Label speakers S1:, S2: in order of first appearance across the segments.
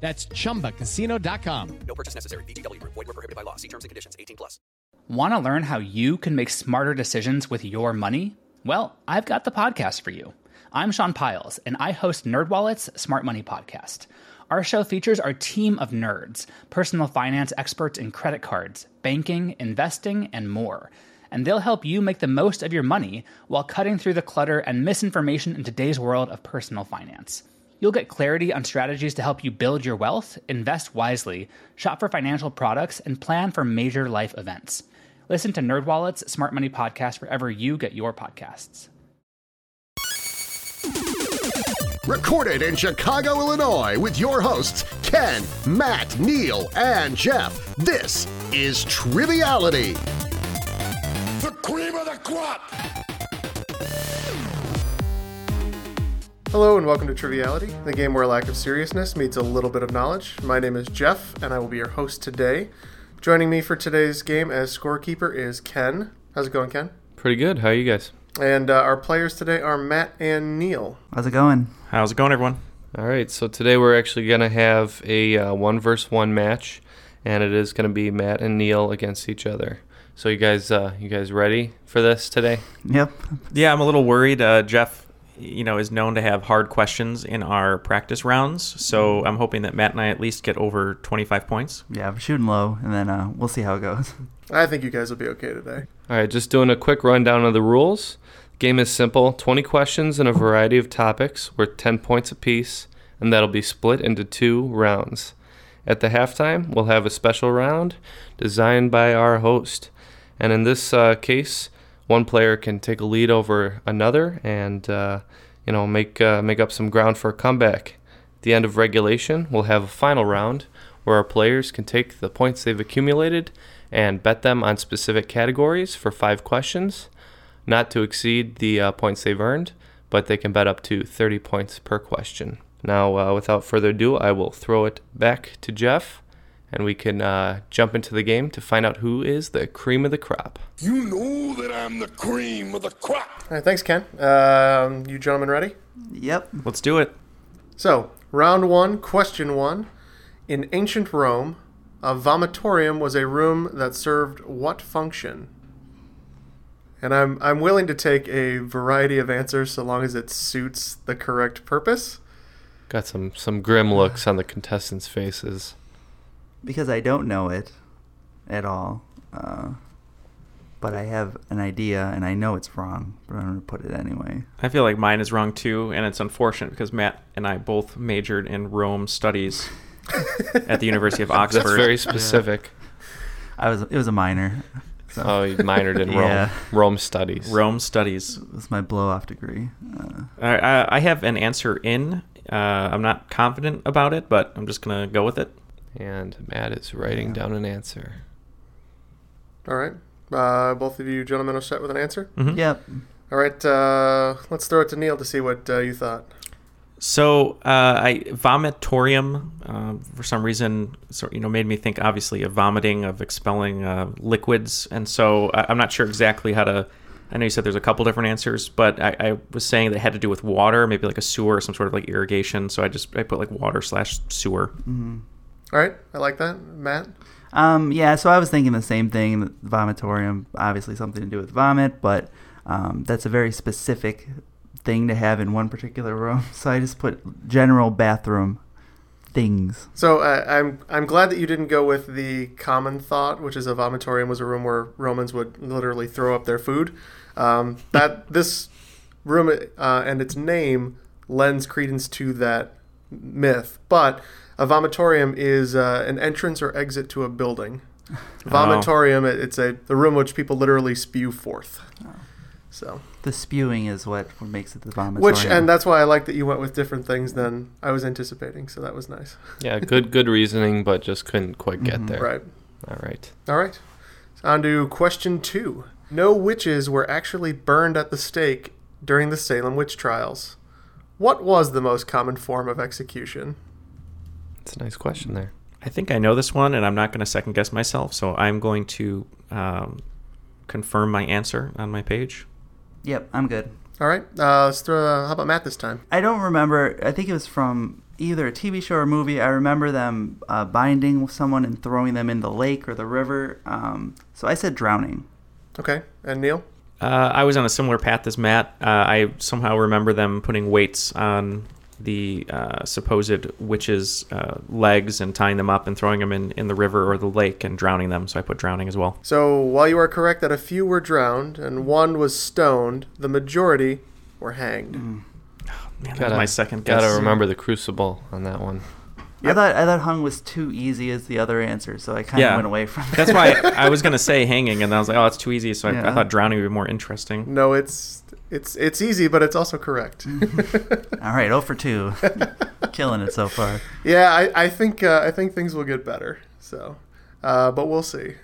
S1: That's chumbacasino.com.
S2: No purchase necessary. VGW Group. Void were prohibited by law. See terms and conditions. 18 plus.
S3: Want to learn how you can make smarter decisions with your money? Well, I've got the podcast for you. I'm Sean Piles, and I host NerdWallet's Smart Money Podcast. Our show features our team of nerds, personal finance experts in credit cards, banking, investing, and more. And they'll help you make the most of your money while cutting through the clutter and misinformation in today's world of personal finance. You'll get clarity on strategies to help you build your wealth, invest wisely, shop for financial products, and plan for major life events. Listen to NerdWallet's Smart Money Podcast wherever you get your podcasts.
S4: Recorded in Chicago, Illinois, with your hosts, Ken, Matt, Neil, and Jeff. This is Triviality.
S5: The cream of the crop.
S6: Hello and welcome to Triviality, the game where a lack of seriousness meets a little bit of knowledge. My name is Jeff, and I will be your host today. Joining me for today's game as scorekeeper is Ken. How's it going, Ken?
S7: Pretty good. How are you guys?
S6: And uh, our players today are Matt and Neil.
S8: How's it going?
S9: How's it going, everyone?
S7: All right. So today we're actually going to have a uh, one versus one match, and it is going to be Matt and Neil against each other. So you guys, uh, you guys ready for this today?
S8: Yep.
S9: Yeah, I'm a little worried. Uh, Jeff, you know, is known to have hard questions in our practice rounds, so
S7: Mm-hmm.
S9: I'm hoping that Matt and I at least get over 25 points.
S8: Yeah, we're shooting low, and then uh, we'll see how it goes.
S6: I think you guys will be okay today.
S7: All right. Just doing a quick rundown of the rules. Game is simple: 20 questions and a variety of topics, worth 10 points apiece, and that'll be split into two rounds. At the halftime, we'll have a special round designed by our host. And in this uh, case, one player can take a lead over another and uh, you know make uh, make up some ground for a comeback. At the end of regulation, we'll have a final round where our players can take the points they've accumulated and bet them on specific categories for five questions, not to exceed the uh, points they've earned, but they can bet up to 30 points per question. Now, uh, without further ado, I will throw it back to Jeff, and we can uh, jump into the game to find out who is the cream of the crop.
S5: You know that I'm the cream of the crop.
S6: All right, thanks, Ken. Um, you gentlemen ready?
S8: Yep.
S9: Let's do it.
S6: So, round one, question one. In ancient Rome, a vomitorium was a room that served what function? And I'm I'm willing to take a variety of answers so long as it suits the correct purpose.
S7: Got some some grim looks on the contestants' faces.
S8: Because I don't know it at all, uh, but I have an idea, and I know it's wrong, but I'm gonna put it anyway.
S9: I feel like mine is wrong too, and it's unfortunate because Matt and I both majored in Rome studies at the University of Oxford.
S7: That's very specific.
S8: I was it was a minor. So
S7: Oh, you minored in Rome.
S8: Yeah.
S7: Rome studies.
S9: Rome studies.
S8: it was my blow off degree. Uh,
S9: I, I, I have an answer in. Uh, I'm not confident about it, but I'm just gonna go with it.
S7: And Matt is writing down an answer.
S6: All right. Uh, both of you gentlemen are set with an answer.
S9: Mm-hmm.
S8: Yep.
S6: All right, uh, let's throw it to Neil to see what uh, you thought.
S9: So uh, I vomitorium um, for some reason, so, you know, made me think obviously of vomiting, of expelling uh, liquids, and so I, I'm not sure exactly how to. I know you said there's a couple different answers, but I, I was saying that it had to do with water, maybe like a sewer, or some sort of like irrigation. So I just I put like water slash sewer.
S6: All right, I like that, Matt.
S8: Um, yeah, so I was thinking the same thing. the Vomitorium, obviously something to do with vomit, but um, that's a very specific thing to have in one particular room. So I just put general bathroom things.
S6: So uh, I'm I'm glad that you didn't go with the common thought, which is a vomitorium was a room where Romans would literally throw up their food. Um, that this room uh, and its name lends credence to that myth, but a vomitorium is uh, an entrance or exit to a building. Vomitorium, it- it's a the room which people literally spew forth. So
S8: the spewing is what makes it the vomit.
S6: which and that's why I like that you went with different things than I was anticipating. So that was nice.
S7: Yeah, good good reasoning, but just couldn't quite get there.
S6: Right.
S7: All right.
S6: All right. So on to question two. No witches were actually burned at the stake during the Salem witch trials. What was the most common form of execution?
S7: That's a nice question there.
S9: I think I know this one, and I'm not going to second guess myself. So I'm going to um, confirm my answer on my page.
S8: Yep, I'm good.
S6: All right. Uh, let's throw. how about Matt this time?
S8: I don't remember. I think it was from either a TV show or movie. I remember them uh, binding someone and throwing them in the lake or the river. Um, so I said drowning.
S6: Okay. And Neil.
S9: Uh, I was on a similar path as Matt. Uh, I somehow remember them putting weights on the uh, supposed witches' uh, legs and tying them up and throwing them in, in the river or the lake and drowning them. So I put drowning as well.
S6: So while you are correct that a few were drowned and one was stoned, the majority were hanged.
S9: Man, that was
S7: Gotta-
S9: my second guess.
S7: Gotta remember the crucible on that one.
S8: I thought I thought hung was too easy as the other answer, so I kind of
S9: Yeah.
S8: went away from that.
S9: That's why I, I was going to say hanging, and then I was like, oh, it's too easy. So I, I
S8: Yeah.
S9: thought drowning would be more interesting.
S6: No, it's it's it's easy, but it's also correct.
S8: All right, 0 for 2. Killing it so far.
S6: yeah, I, I think uh, I think things will get better. So, uh, but we'll see.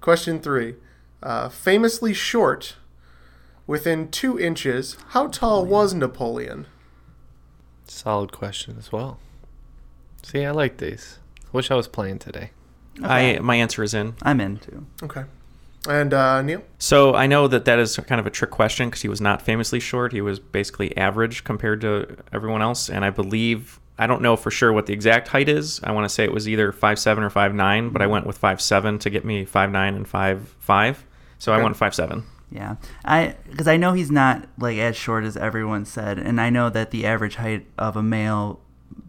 S6: Question three: uh, famously short, within two inches. How tall was Napoleon?
S7: Solid question as well. See, I like these. Wish I was playing today.
S9: I My answer is in.
S8: I'm in too.
S6: Okay, and uh, Neil.
S9: So I know that that is kind of a trick question because he was not famously short. He was basically average compared to everyone else, and I believe I don't know for sure what the exact height is. I want to say it was either five seven or five nine, but I
S8: Mm-hmm.
S9: went with five seven to get me five nine and five five. So I went five seven.
S8: Yeah. I cuz I know he's not like as short as everyone said, and I know that the average height of a male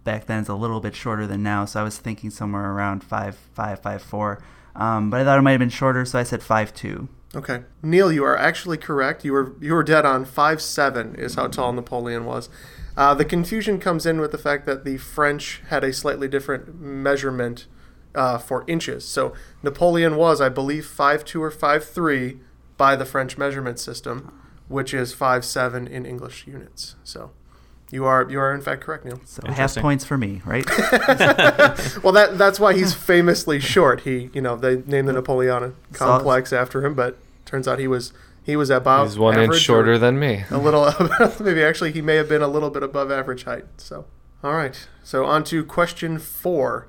S8: back then is a little bit shorter than now, so I was thinking somewhere around 5 5 5 4. Um, but I thought it might have been shorter, so I said 5 2.
S6: Okay, Neil, you are actually correct. You were you were dead on. Five seven is how tall Napoleon was. Uh, the confusion comes in with the fact that the French had a slightly different measurement uh, for inches. So Napoleon was, I believe, five two or five three by the French measurement system, which is five seven in English units. So you are you are in fact correct, Neil.
S8: So half points for me, right?
S6: Well, that that's why he's famously short. He you know they named the Napoleonic complex after him, but turns out he was he was about
S7: He's one inch
S6: Oh, average or-
S7: shorter than me.
S6: a little maybe actually he may have been a little bit above average height so all right so on to question four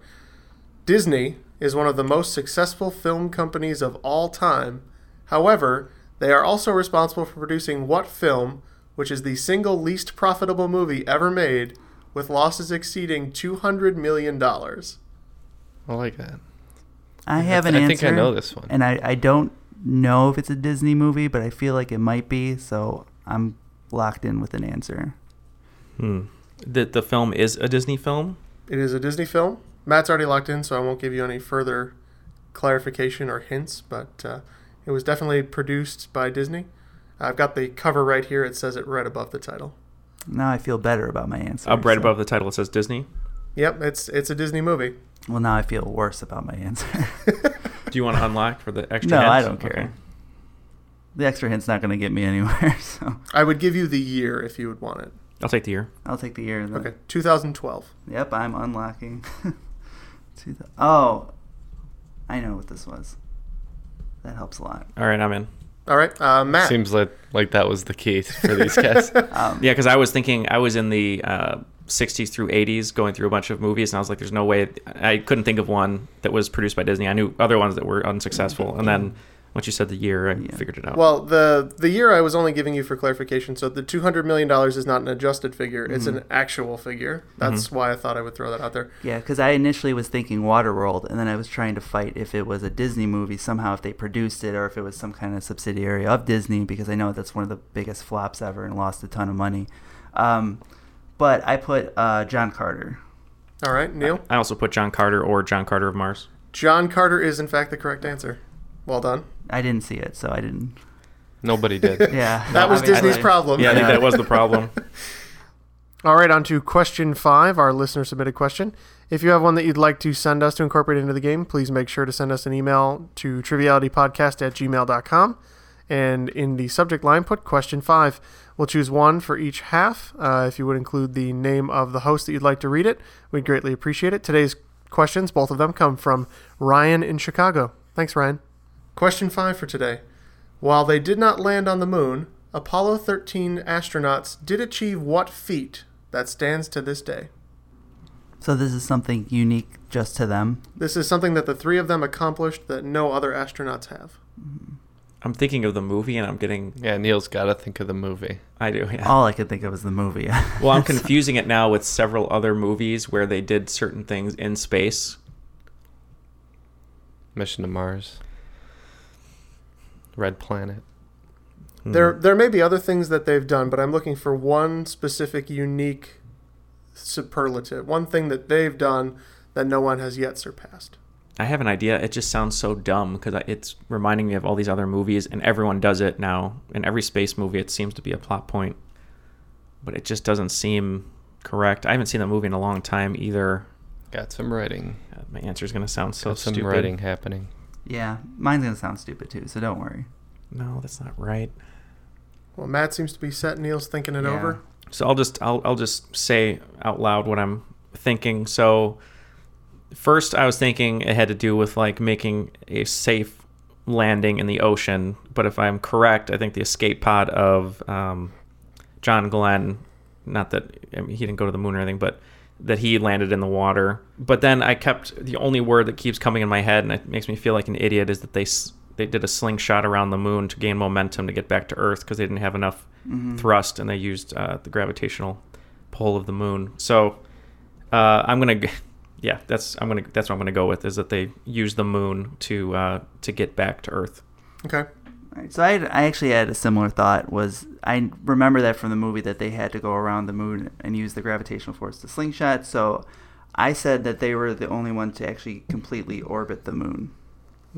S6: disney is one of the most successful film companies of all time however they are also responsible for producing what film which is the single least profitable movie ever made with losses exceeding 200 million dollars
S7: I like that.
S8: I have an
S7: I
S8: answer.
S7: think I know this one.
S8: And I, I don't know if it's a Disney movie, but I feel like it might be, so I'm locked in with an answer.
S9: The the film is a Disney film.
S6: it is a disney film matt's already locked in so i won't give you any further clarification or hints but uh, it was definitely produced by disney i've got the cover right here it says it right above the title
S8: Now I feel better about my answer.
S9: Up right
S8: so-
S9: above the title, it says Disney.
S6: yep it's it's a disney movie
S8: Well, now I feel worse about my answer.
S9: Do you want to unlock for the
S8: no,
S9: extra?
S8: I
S9: hint?
S8: don't care.
S9: Okay.
S8: The extra hint's not going to get me anywhere, so
S6: i would give you the year if you would want it
S9: I'll take the year.
S8: I'll take the year. Then.
S6: okay 2012
S8: Yep, I'm unlocking. Two thou- oh, I know what this was. That helps a lot.
S9: All right, I'm in.
S6: all right uh, matt Um,
S7: Seems like like that was the key for these guys.
S8: Um,
S9: Yeah, because I was thinking I was in the uh, 60s through 80s, going through a bunch of movies, and I was like, "There's no way." I couldn't think of one that was produced by Disney. I knew other ones that were unsuccessful, and then once you said the year, I figured it out.
S6: well the the year i was only giving you for clarification so the 200 million dollars is not an adjusted figure it's
S7: Mm-hmm.
S6: an actual figure that's why i thought i would throw that out there
S8: Yeah, because I initially was thinking Waterworld, and then I was trying to fight if it was a Disney movie somehow, if they produced it, or if it was some kind of subsidiary of Disney, because I know that's one of the biggest flops ever and lost a ton of money. Um, but I put uh, John Carter.
S6: all right neil
S9: I also put John Carter or John Carter of Mars.
S6: john carter is in fact the correct answer well done
S8: I didn't see it, so I didn't.
S7: Nobody did.
S8: Yeah,
S6: That was
S8: obviously.
S6: Disney's problem.
S9: Yeah, I think that was the problem.
S6: All right, on to question five, our listener submitted question. If you have one that you'd like to send us to incorporate into the game, please make sure to send us an email to trivialitypodcast at gmail.com. and in the subject line put question five. We'll choose one for each half. Uh, if you would include the name of the host that you'd like to read it, we'd greatly appreciate it. Today's questions, both of them, come from Ryan in Chicago. Thanks, Ryan. Question five for today. While they did not land on the moon, Apollo 13 astronauts did achieve what feat that stands to this day?
S8: So this is something unique just to them.
S6: This is something that the three of them accomplished that no other astronauts have.
S9: I'm thinking of the movie, and I'm getting.
S7: Yeah, Neil's got to think of the movie.
S9: I do. Yeah.
S8: All I could think of was the movie.
S9: Well, I'm confusing it now with several other movies where they did certain things in space.
S7: Mission to Mars. Red Planet.
S6: There, there may be other things that they've done, but I'm looking for one specific, unique superlative, one thing that they've done that no one has yet surpassed.
S9: I have an idea. It just sounds so dumb because it's reminding me of all these other movies, and everyone does it now. In every space movie, it seems to be a plot point, but it just doesn't seem correct. I haven't seen that movie in a long time either.
S7: Got some writing.
S9: Uh, My answer is going to sound so
S7: Got some
S9: stupid.
S7: writing happening.
S8: yeah, mine's gonna sound stupid too, so don't worry.
S9: No, that's not right.
S6: Well, Matt seems to be set. Neil's thinking it
S8: Yeah.
S6: over.
S9: So I'll just I'll I'll just say out loud what I'm thinking. So first I was thinking it had to do with like making a safe landing in the ocean, but if I'm correct, I think the escape pod of um, John Glenn, not that I mean, he didn't go to the moon or anything, but that he landed in the water. But then I kept the only word that keeps coming in my head and it makes me feel like an idiot is that they s- they did a slingshot around the moon to gain momentum to get back to Earth because they didn't have enough thrust and they used uh, the gravitational pull of the moon. So uh, I'm gonna, g- yeah, that's I'm gonna that's what I'm gonna go with is that they used the moon to uh, to get back to Earth.
S6: Okay.
S8: Alright, So I, had, I actually had a similar thought. Was I remember that from the movie that they had to go around the moon and use the gravitational force to slingshot? So I said that they were the only one to actually completely orbit the moon.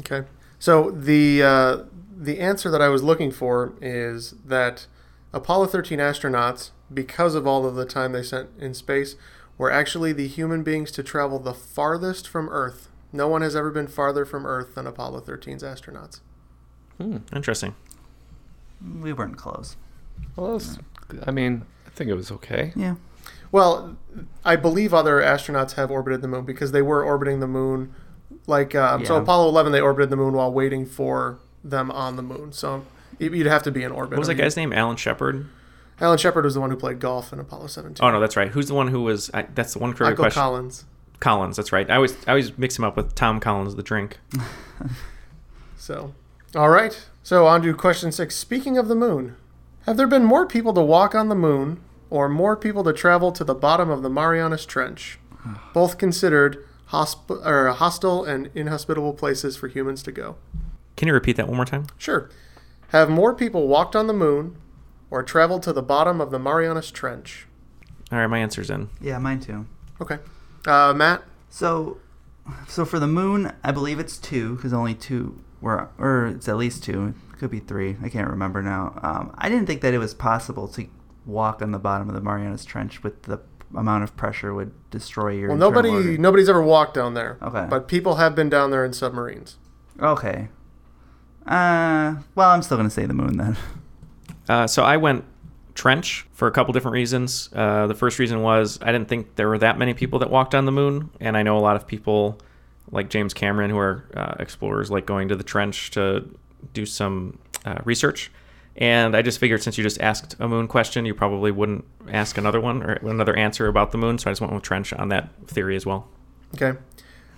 S6: Okay. So the uh, the answer that I was looking for is that Apollo 13 astronauts, because of all of the time they spent in space, were actually the human beings to travel the farthest from Earth. No one has ever been farther from Earth than Apollo 13's astronauts.
S9: Interesting.
S8: We weren't close.
S7: Well, that's- I mean, I think it was okay.
S8: Yeah.
S6: Well, I believe other astronauts have orbited the moon because they were orbiting the moon. Like uh, so,
S8: Yeah.
S6: Apollo 11, they orbited the moon while waiting for them on the moon. So you- you'd have to be in orbit.
S9: What was
S6: or
S9: that
S6: you-
S9: guy's name? Alan Shepard.
S6: Alan Shepard was the one who played golf in Apollo 17.
S9: Oh no, that's right. Who's the one who was? I, that's the one career
S6: Michael
S9: question.
S6: Collins.
S9: Collins. That's right. I always I always mix him up with Tom Collins, the drink.
S6: So, all right. So on to question six. Speaking of the moon, have there been more people to walk on the moon, or more people to travel to the bottom of the Marianas Trench? Both considered hosp- or hostile and inhospitable places for humans to go.
S9: Can you repeat that one more time?
S6: Sure. Have more people walked on the moon, or traveled to the bottom of the Marianas Trench?
S9: All right, my answer's in.
S8: Yeah, mine too.
S6: Okay. Uh, Matt.
S8: So, so for the moon, I believe it's two because only two were, or it's at least two. It could be three. I can't remember now. Um, I didn't think that it was possible to walk on the bottom of the Marianas Trench with the amount of pressure would destroy your.
S6: Well,
S8: internal
S6: nobody,
S8: organ-
S6: nobody's ever walked down there.
S8: Okay.
S6: But people have been down there in submarines.
S8: Okay. Uh, well, I'm still gonna say the moon then.
S9: Uh, so I went trench for a couple different reasons. Uh, the first reason was I didn't think there were that many people that walked on the moon, and I know a lot of people like James Cameron who are uh, explorers like going to the trench to do some uh, research. And I just figured since you just asked a moon question, you probably wouldn't ask another one or another answer about the moon. So I just went with trench on that theory as well.
S6: Okay.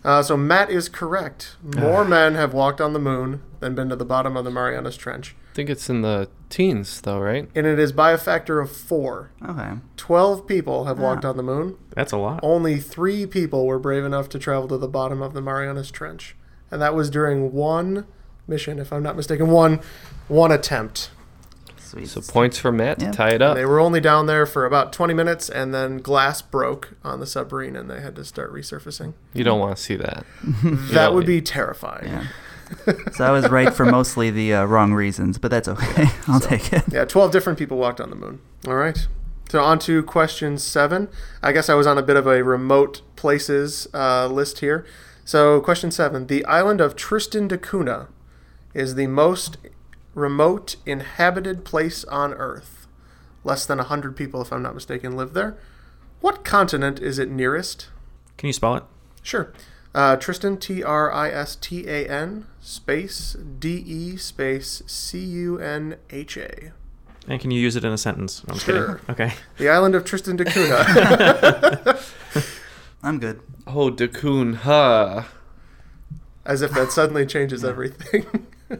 S6: Uh, so Matt is correct. More men have walked on the moon than been to the bottom of the Marianas Trench.
S7: I think it's in the teens, though, right?
S6: And it is by a factor of four.
S8: Okay.
S6: Twelve people have walked on the moon.
S9: That's a lot.
S6: Only three people were brave enough to travel to the bottom of the Marianas Trench. And that was during one mission, if I'm not mistaken, one one attempt.
S8: Sweet.
S7: So points for Matt
S8: Yeah.
S7: to tie it up.
S6: They were only down there for about 20 minutes, and then glass broke on the submarine, and they had to start resurfacing.
S7: You don't want to see that.
S6: That would be terrifying.
S8: Yeah. so I was right for mostly the uh, wrong reasons, but that's okay. I'll take it.
S6: Yeah, 12 different people walked on the moon. All right. So, on to question seven. I guess I was on a bit of a remote places uh, list here. So, question seven The island of Tristan da Cunha is the most remote inhabited place on Earth. Less than 100 people, if I'm not mistaken, live there. What continent is it nearest?
S9: Can you spell it?
S6: Sure. Uh, Tristan, T R I S T A N, space D E, space C U N H A.
S9: And can you use it in a sentence? No, I'm
S6: Sure.
S9: kidding. Okay.
S6: The island of Tristan da Cunha.
S8: I'm good.
S7: Oh, Dakun, huh?
S6: As if that suddenly changes everything.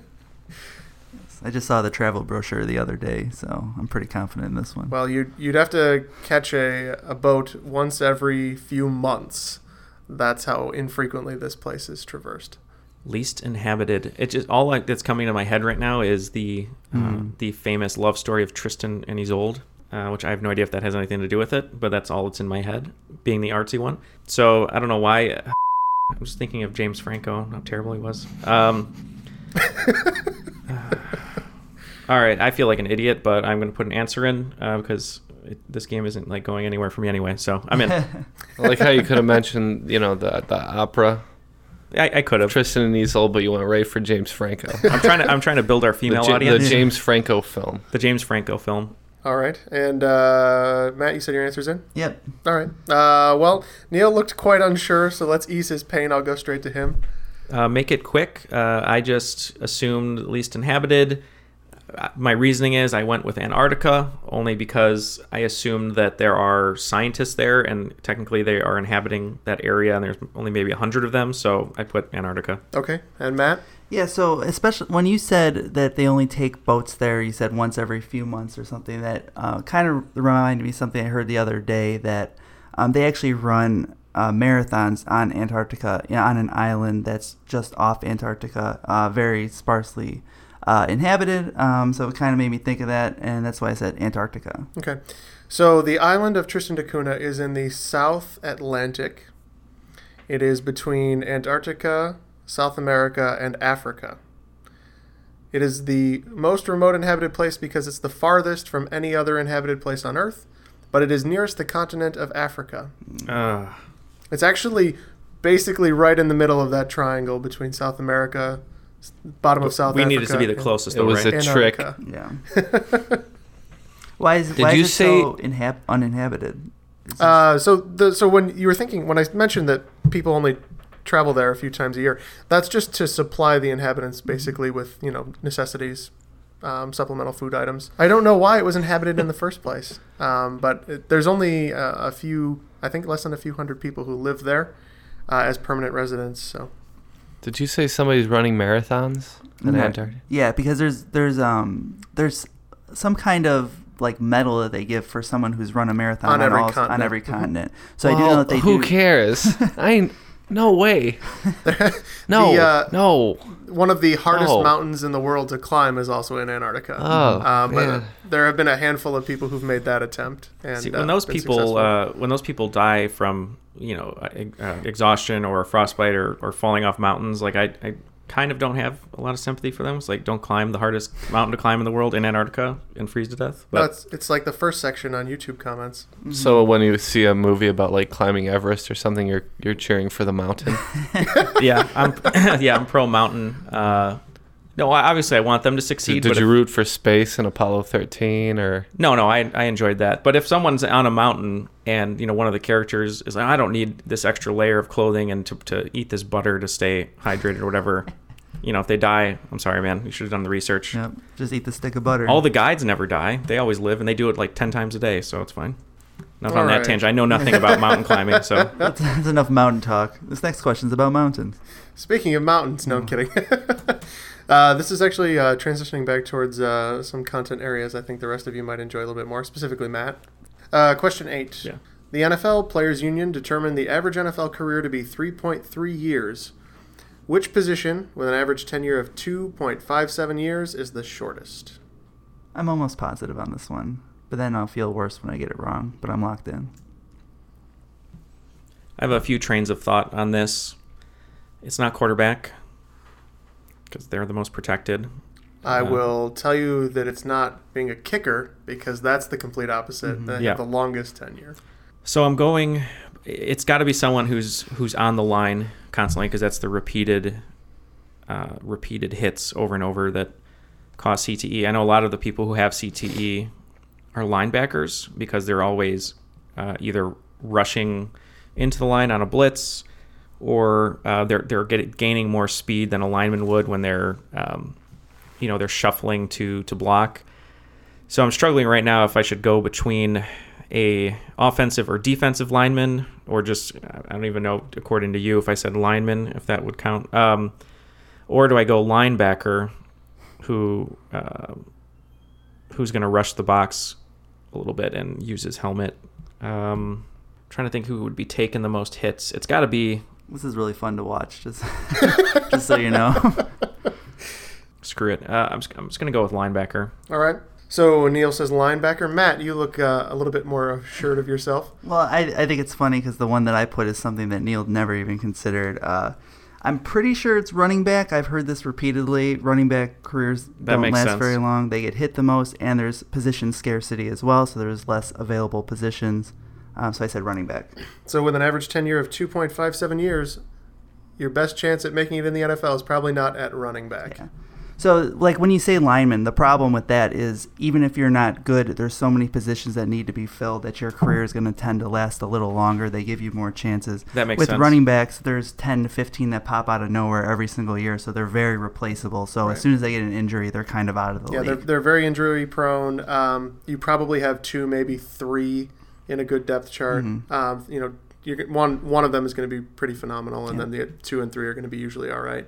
S8: I just saw the travel brochure the other day, so I'm pretty confident in this one.
S6: Well, you'd, you'd have to catch a, a boat once every few months. That's how infrequently this place is traversed.
S9: Least inhabited. It just all like that's coming to my head right now is the uh,
S7: Hmm.
S9: the famous love story of Tristan and Isolde, uh, which I have no idea if that has anything to do with it, but that's all that's in my head, being the artsy one. So I don't know why. uh, I'm just thinking of James Franco, how terrible he was. Um, all right, I feel like an idiot, but I'm going to put an answer in uh, because it, this game isn't like going anywhere for me anyway. So I'm in.
S7: I like how you could have mentioned, you know, the the opera
S9: I, I could have.
S7: Tristan and Isolde, but you went right for James Franco, the,
S9: I'm trying to. I'm trying to build our female
S7: Ja- the
S9: audience.
S7: James Franco film.
S9: the James Franco film.
S6: All right. And uh, Matt, you said your answer's in?
S8: Yep.
S6: All right. Uh, well, Neil looked quite unsure, so let's ease his pain. I'll go straight to him.
S9: Uh, make it quick. Uh, I just assumed least inhabited. Uh, My reasoning is I went with Antarctica only because I assumed that there are scientists there, and technically they are inhabiting that area, and there's only maybe hundred of them. So I put Antarctica.
S6: Okay. And Matt?
S8: Yeah, so especially when you said that they only take boats there, you said once every few months or something. That uh, kind of reminded me of something I heard the other day that um, they actually run uh, marathons on Antarctica yeah, on an island that's just off Antarctica, uh, very sparsely uh, inhabited. Um, so it kind of made me think of that, and that's why I said Antarctica.
S6: Okay. So the island of Tristan da Cunha is in the South Atlantic. It is between Antarctica, South America, and Africa. It is the most remote inhabited place because it's the farthest from any other inhabited place on Earth, but it is nearest the continent of Africa.
S9: Uh,
S6: It's actually basically right in the middle of that triangle between South America, s- bottom of South
S9: we
S6: Africa.
S9: needed to be the
S6: and
S9: closest.
S7: It
S9: though,
S7: was
S9: right?
S7: a trick.
S6: Antarctica.
S8: Yeah. why is why
S7: you
S8: is it so inhab- uninhabited?
S6: Uh, so the so when you were thinking when I mentioned that people only travel there a few times a year, that's just to supply the inhabitants basically with you know necessities, um, supplemental food items. I don't know why it was inhabited in the first place, um, but it, there's only uh, a few, I think less than a few hundred people who live there uh, as permanent residents. So
S7: Did you say somebody's running marathons in
S8: Okay.
S7: Antarctica?
S8: Yeah, because there's there's um there's some kind of like medal that they give for someone who's run a marathon
S6: On
S8: on,
S6: every
S8: all, on
S6: continent. Mm-hmm.
S8: every continent. So I do know
S7: Well,
S8: that they
S7: who
S8: do.
S7: cares? I ain't- no way. No,
S6: The, uh,
S7: no.
S8: Mm-hmm.
S6: one of the hardest
S7: Oh.
S6: mountains in the world to climb is also in Antarctica.
S7: Oh,
S6: uh, but
S7: man.
S6: there have been a handful of people who've made that attempt. And
S9: See,
S6: uh,
S9: when those
S6: been
S9: people
S6: successful.
S9: uh, when those people die from you know uh, uh, exhaustion or frostbite or, or falling off mountains, like I, I kind of don't have a lot of sympathy for them. It's like don't climb the hardest mountain to climb in the world in Antarctica and freeze to death.
S6: No,
S9: But
S6: it's, it's like the first section on YouTube comments.
S7: So when you see a movie about like climbing Everest or something, you're you're cheering for the mountain.
S9: yeah, I'm yeah I'm pro mountain. Uh, no, I, obviously I want them to succeed.
S7: Did, did
S9: but
S7: you
S9: if-
S7: root for space in Apollo 13 or?
S9: No, no, I, I enjoyed that. But if someone's on a mountain and you know one of the characters is like, I don't need this extra layer of clothing and to, to eat this butter to stay hydrated or whatever, you know, if they die, I'm sorry, man, you should have done the research.
S8: Yep, just eat the stick of butter.
S9: All the guides never die; they always live, and they do it like ten times a day, so it's fine. Enough
S6: All
S9: on
S6: right.
S9: that tangent. I know nothing about mountain climbing, so
S8: that's, that's enough mountain talk. This next question's about mountains.
S6: Speaking of mountains,
S9: Hmm.
S6: no, I'm kidding. uh, this is actually uh, transitioning back towards uh, some content areas I think the rest of you might enjoy a little bit more, specifically Matt. Uh, question eight.
S9: Yeah.
S6: The NFL Players Union determined the average NFL career to be 3.3 years. Which position, with an average tenure of 2.57 years, is the shortest?
S8: I'm almost positive on this one, but then I'll feel worse when I get it wrong. But I'm locked in.
S9: I have a few trains of thought on this. It's not quarterback because they're the most protected.
S6: I
S9: Uh,
S6: will tell you that it's not being a kicker because that's the complete opposite. They have
S9: Mm-hmm. Yeah.
S6: the longest tenure.
S9: So I'm going. It's got to be someone who's who's on the line constantly because that's the repeated, uh, repeated hits over and over that cause CTE. I know a lot of the people who have CTE are linebackers because they're always uh, either rushing into the line on a blitz or uh, they're they're get, gaining more speed than a lineman would when they're um, you know they're shuffling to to block. So I'm struggling right now if I should go between a offensive or defensive lineman or just I don't even know according to you if I said lineman if that would count. Um, or do I go linebacker who uh, who's going to rush the box a little bit and use his helmet? Um, trying to think who would be taking the most hits. It's got to be
S8: This is really fun to watch. Just, just so you know.
S9: screw it. Uh, I'm just, I'm just going to go with linebacker.
S6: All right. So Neil says linebacker. Matt, you look uh, a little bit more assured of yourself.
S8: Well, I, I think it's funny because the one that I put is something that Neil never even considered. Uh, I'm pretty sure it's running back. I've heard this repeatedly. Running back careers don't
S9: makes
S8: last
S9: sense.
S8: very long. They get hit the most, and there's position scarcity as well, so there's less available positions. Um, so I said running back.
S6: So with an average tenure of 2.57 years, your best chance at making it in the NFL is probably not at running back.
S8: So, like when you say lineman, the problem with that is even if you're not good, there's so many positions that need to be filled that your career is going to tend to last a little longer. They give you more chances.
S9: That makes
S8: with
S9: sense.
S8: running backs, there's 10 to 15 that pop out of nowhere every single year, so they're very replaceable. So as soon as they get an injury, they're kind of out of the
S6: Yeah,
S8: league.
S6: they're, they're very injury prone. Um, you probably have two, maybe three, in a good depth chart. Um, you know, you're, g- one one of them is going to be pretty phenomenal, and then the two and three are going to be usually all right.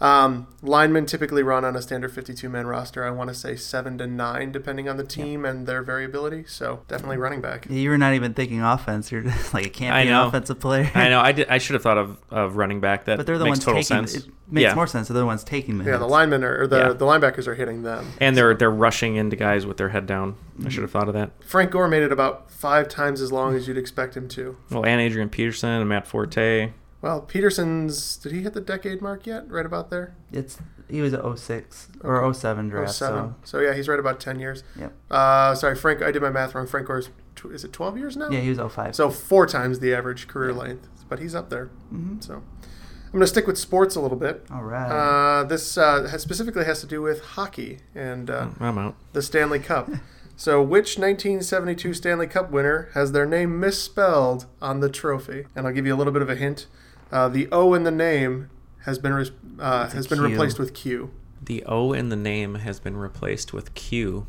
S6: Um, linemen typically run on a standard 52 man roster. I want to say seven to nine, depending on the team and their variability. So definitely running back.
S8: Yeah, you were not even thinking offense. You're just like it can't
S9: I
S8: be an
S9: know.
S8: offensive player.
S9: I know I did I should have thought of, of running back. That
S8: But they're the
S9: makes
S8: ones
S9: total
S8: taking.
S9: sense.
S8: It makes
S9: yeah.
S8: more sense. They're the ones taking minutes.
S6: Yeah, the linemen are, or the,
S9: Yeah.
S6: the linebackers are hitting them.
S9: And they're they're rushing into guys with their head down. I should have thought of that.
S6: Frank Gore made it about five times as long as you'd expect him to.
S9: Well, and Adrian Peterson and Matt Forte.
S6: Well, Peterson's did he hit the decade mark yet? Right about there,
S8: It's he was a 06 or 07 draft.
S6: Oh, seven.
S8: So
S6: So yeah, he's right about ten years.
S8: Yep.
S6: Uh, sorry, Frank. I did my math wrong. Frank Gore's tw- is it twelve years now?
S8: yeah, he was 05.
S6: So four times the average career length, but he's up there.
S8: Mm-hmm.
S6: So I'm going to stick with sports a little bit.
S8: all right.
S6: Uh, this uh, has- specifically has to do with hockey and uh,
S8: Mm-hmm.
S9: I'm out.
S6: the Stanley Cup. So, which 1972 Stanley Cup winner has their name misspelled on the trophy? And I'll give you a little bit of a hint. Uh, the O in the name has been re- uh, has been
S8: Q.
S6: replaced with Q.
S9: The O in the name has been replaced with Q.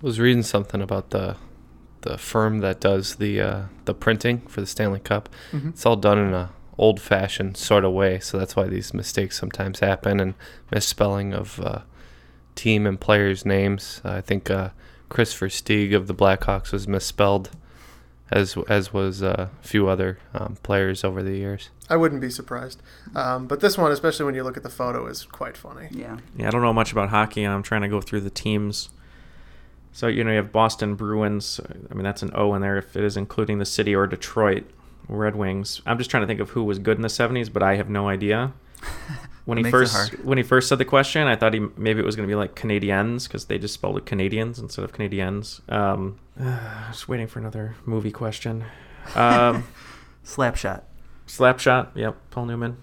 S7: was reading something about the the firm that does the uh, the printing for the Stanley Cup. It's all done in a old fashioned sort of way, so that's why these mistakes sometimes happen and misspelling of uh, team and players' names. I think uh, Christopher Stieg of the Blackhawks was misspelled, as as was uh, a few other um, players over the years.
S6: I wouldn't be surprised. Um, but this one, especially when you look at the photo, is quite funny.
S8: yeah.
S9: Yeah, I don't know much about hockey, and I'm trying to go through the teams. So you know you have Boston Bruins. I mean that's an O in there if it is including the city or Detroit Red Wings. I'm just trying to think of who was good in the 70s, but I have no idea. When he
S8: Makes it
S9: first
S8: hard.
S9: when he first said the question, I thought he maybe it was going to be like Canadiens because they just spelled it Canadians instead of Canadiens. Um, just waiting for another movie question. Um,
S8: Slap shot.
S9: Slapshot. Yep, Paul Newman.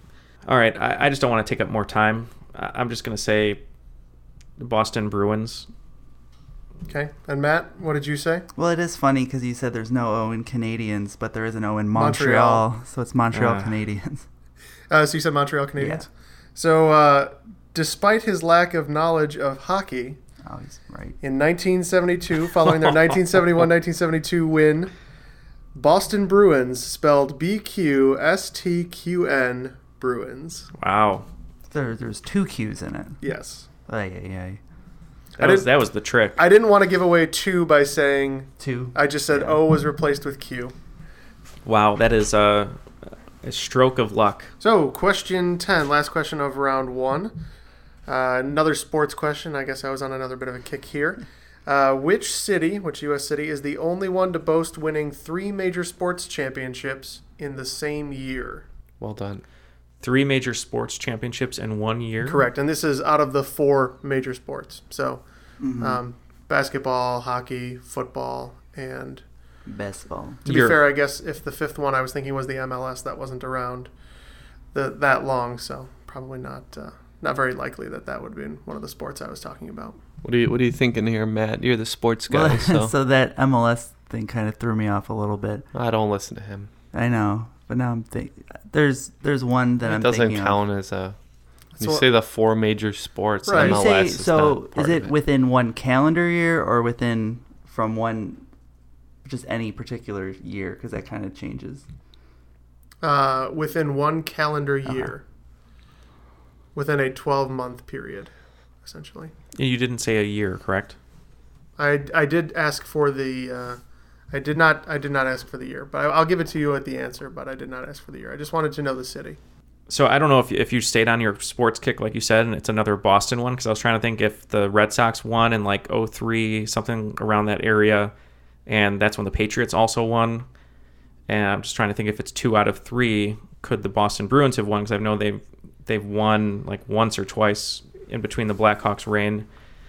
S9: All right, I, I just don't want to take up more time. I, I'm just going to say the Boston Bruins.
S6: Okay. And Matt, what did you say?
S8: Well, it is funny because you said there's no O in Canadians, but there is an O in
S6: Montreal.
S8: Montreal, so it's Montreal
S9: Ah.
S8: Canadians.
S6: Uh, so you said Montreal Canadiens.
S8: Yeah.
S6: So, uh, despite his lack of knowledge of hockey,
S8: Oh, he's right.
S6: In 1972, following their 1971-1972 win, Boston Bruins spelled B Q S T Q N Bruins.
S9: Wow,
S8: There, there's two Q's in it.
S6: Yes.
S8: Ay, ay, ay.
S9: that was
S6: didn't-
S9: that was the trick.
S6: I didn't want to give away two by saying
S8: Two.
S6: I just said O was replaced with Q.
S9: wow, that is a, a stroke of luck.
S6: So, question 10, last question of round one. Uh, another sports question. I guess I was on another bit of a kick here. Uh, which city, which U.S. city, is the only one to boast winning three major sports championships in the same year?
S7: Well done.
S9: Three major sports championships in one year.
S6: Correct, and this is out of the four major sports. So, um, basketball, hockey, football, and
S8: Best ball.
S6: to
S9: Your-
S6: be fair, I guess if the fifth one I was thinking was the MLS, that wasn't around the, that long, so probably not uh, not very likely that that would have been one of the sports I was talking about.
S7: What do you What are you thinking here, Matt? You're the sports guy,
S8: Well,
S7: so,
S8: so that MLS thing kind of threw me off a little bit.
S7: I don't listen to him.
S8: I know, but now I'm think there's there's one that
S7: It
S8: I'm
S7: doesn't
S8: thinking of.
S7: count as a. You
S6: what-
S7: say the four major sports.
S6: Right.
S8: You
S7: MLS
S8: say-
S7: is
S8: so
S7: not
S8: is
S7: part
S8: it,
S7: of
S8: within one calendar year or within from one just any particular year because that kind of changes
S6: Uh, within one calendar year, within a 12 month period, essentially.
S9: You didn't say a year, correct?
S6: I, I did ask for the uh, I did not I did not ask for the year, but I, I'll give it to you at the answer. But I did not ask for the year. I just wanted to know the city.
S9: So I don't know if if you stayed on your sports kick like you said, and it's another Boston one because I was trying to think if the Red Sox won in like 03, something around that area, and that's when the Patriots also won. And I'm just trying to think if it's two out of three, could the Boston Bruins have won? Because I know they've they've won like once or twice in between the Blackhawks' reign.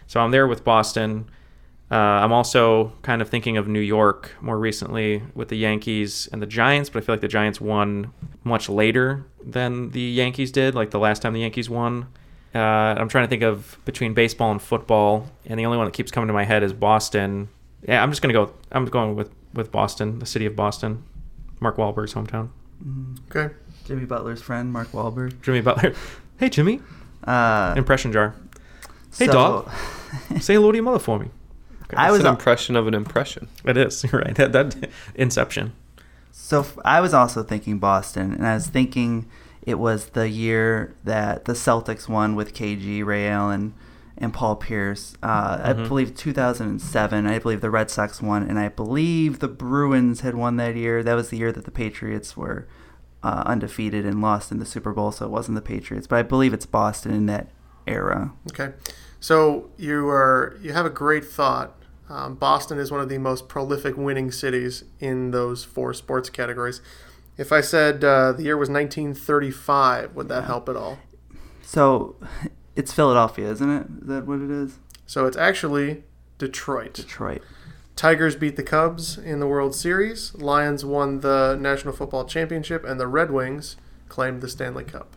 S9: So I'm there with Boston. Uh, I'm also kind of thinking of New York more recently with the Yankees and the Giants, but I feel like the Giants won much later than the Yankees did, like the last time the Yankees won. Uh, I'm trying to think of between baseball and football, and the only one that keeps coming to my head is Boston. Yeah, I'm just gonna go. I'm going with with Boston, the city of Boston, Mark Wahlberg's hometown.
S6: Okay.
S8: Jimmy Butler's friend Mark Wahlberg
S9: Jimmy Butler. Hey, Jimmy.
S8: uh,
S9: Impression jar. Hey,
S8: so-
S9: dog. Say hello to your mother for me.
S8: I
S7: It's
S8: was
S7: an impression of an impression.
S9: It is you're right. That that Inception.
S8: So f- I was also thinking Boston, and I was thinking it was the year that the Celtics won with KG, Ray Allen, and Paul Pierce. Uh, I believe 2007. I believe the Red Sox won, and I believe the Bruins had won that year. That was the year that the Patriots were uh, undefeated and lost in the Super Bowl, so it wasn't the Patriots. But I believe it's Boston in that era.
S6: Okay. So you are you have a great thought. Um, Boston is one of the most prolific winning cities in those four sports categories. If I said uh, the year was 1935, would that help at all?
S8: So it's Philadelphia, isn't it? Is that what it is?
S6: So it's actually Detroit.
S8: Detroit.
S6: Tigers beat the Cubs in the World Series. Lions won the National Football Championship, and the Red Wings claimed the Stanley Cup.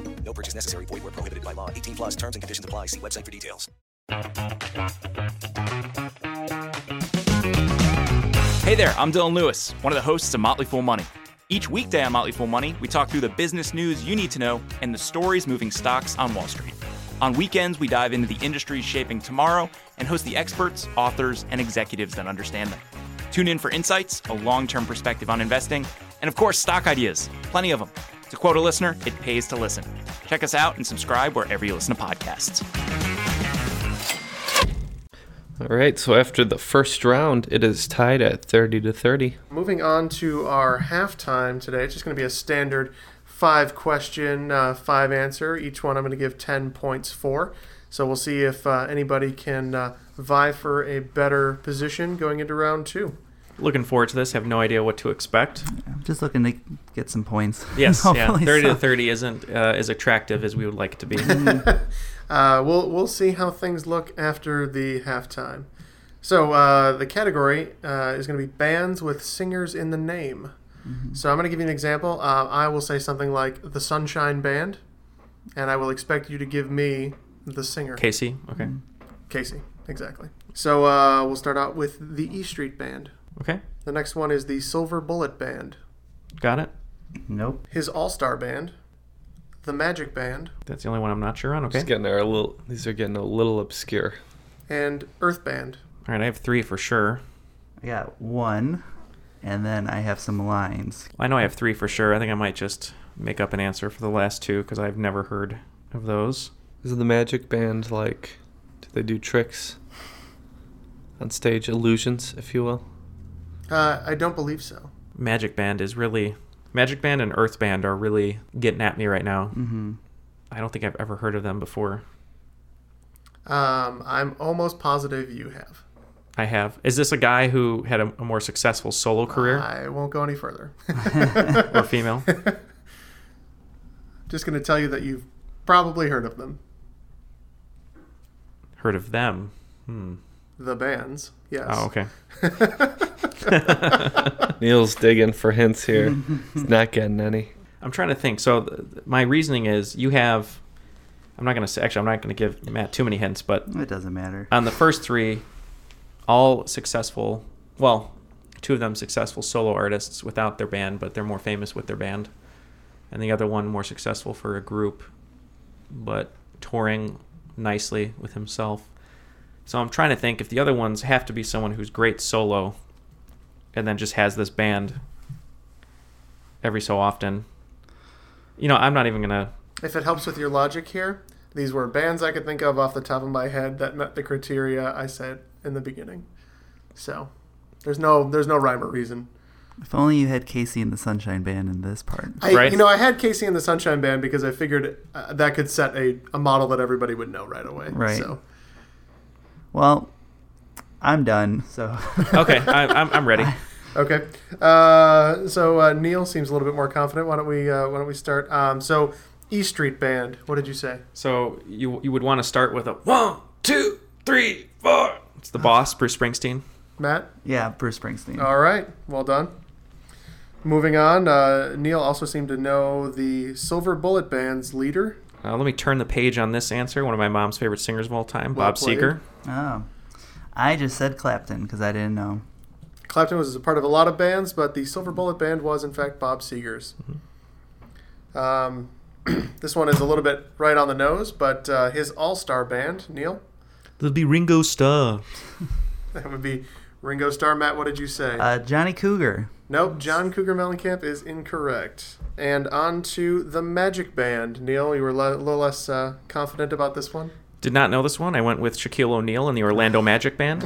S2: No purchase necessary. Void where prohibited by law. 18 plus terms and conditions apply. See website for details.
S10: Hey there, I'm Dylan Lewis, one of the hosts of Motley Fool Money. Each weekday on Motley Fool Money, we talk through the business news you need to know and the stories moving stocks on Wall Street. On weekends, we dive into the industries shaping tomorrow and host the experts, authors, and executives that understand them. Tune in for insights, a long term perspective on investing, and of course, stock ideas. Plenty of them. To quote a listener, it pays to listen. Check us out and subscribe wherever you listen to podcasts.
S7: All right. So after the first round, it is tied at thirty to thirty.
S6: Moving on to our halftime today, it's just going to be a standard five question, uh, five answer. Each one I'm going to give 10 points for. So we'll see if uh, anybody can uh, vie for a better position going into round two.
S9: Looking forward to this. Have no idea what to expect.
S8: I'm just looking to get some points.
S9: Yes, yeah.
S8: Hopefully
S9: Thirty to
S8: so. Mm-hmm.
S9: thirty isn't uh, as attractive as we would like it to be.
S6: Uh, we'll we'll see how things look after the halftime. So uh, the category uh, is going to be bands with singers in the name. So I'm going to give you an example. Uh, I will say something like the Sunshine Band, and I will expect you to give me the singer
S9: Casey, okay,
S8: Mm-hmm.
S6: Casey. Exactly. So uh, we'll start out with the E Street Band.
S9: okay,
S6: The next one is the Silver Bullet Band,
S9: got it.
S8: Nope.
S6: his All Star Band, the Magic Band,
S9: That's the only one I'm not sure on. Okay,
S7: It's getting a little. These are getting a little obscure.
S6: and Earth Band.
S9: all right. I have three for sure.
S8: I got one, and then I have some lines.
S9: I know I have three for sure. I think I might just make up an answer for the last two because I've never heard of those.
S7: Is the magic band like? Do they do tricks on stage? Illusions, if you will.
S6: Uh, I don't believe so.
S9: Magic Band is really Magic Band and Earth Band are really getting at me right now. Mm-hmm. I don't think I've ever heard of them before.
S6: Um, I'm almost positive you have.
S9: I have. Is this a guy who had a, a more successful solo career?
S6: I won't go any further.
S9: or female?
S6: Just going to tell you that you've probably heard of them.
S9: Heard of them? Hmm.
S6: The bands, yes.
S9: Oh, okay.
S7: Neil's digging for hints here. He's not getting any.
S9: I'm trying to think. So th- th- my reasoning is you have. I'm not going to say. Actually, I'm not going to give Matt too many hints, but
S8: It doesn't matter.
S9: on the first three, all successful. Well, two of them successful solo artists without their band, but they're more famous with their band, and the other one more successful for a group, but touring nicely with himself. So I'm trying to think if the other ones have to be someone who's great solo, and then just has this band every so often. You know, I'm not even gonna.
S6: If it helps with your logic here, these were bands I could think of off the top of my head that met the criteria I said in the beginning. So there's no there's no rhyme or reason.
S8: If only you had Casey and the Sunshine Band in this part.
S6: I, You know, I had Casey and the Sunshine Band because I figured uh, that could set a, a model that everybody would know right away.
S8: Right.
S6: So
S8: Well, I'm done. So
S9: Okay, I, I'm I'm ready.
S6: Okay. Uh, so uh, Neil seems a little bit more confident. Why don't we uh, Why don't we start? Um, so E Street Band. What did you say?
S9: So you you would want to start with a one, two, three, four. It's the boss, Bruce Springsteen.
S6: Matt.
S8: yeah, Bruce Springsteen.
S6: All right. Well done. Moving on. Uh, Neil also seemed to know the Silver Bullet Band's leader.
S9: Uh, let me turn the page on this answer. One of my mom's favorite singers of all time,
S6: Well
S9: Bob
S6: played.
S9: Seger.
S8: Oh, I just said Clapton because I didn't know.
S6: Clapton was a part of a lot of bands, but the Silver Bullet Band was in fact Bob Seger's. Um, this one is a little bit right on the nose, but uh, his all-star band, Neil.
S9: That'd be Ringo Starr.
S6: That would be Ringo Starr. Matt, what did you say?
S8: Uh, Johnny Cougar.
S6: Nope, John Cougar Mellencamp is incorrect. And on to the Magic Band. Neil, you were le- a little less uh, confident about this one.
S9: Did not know this one. I went with Shaquille O'Neal and the Orlando Magic Band.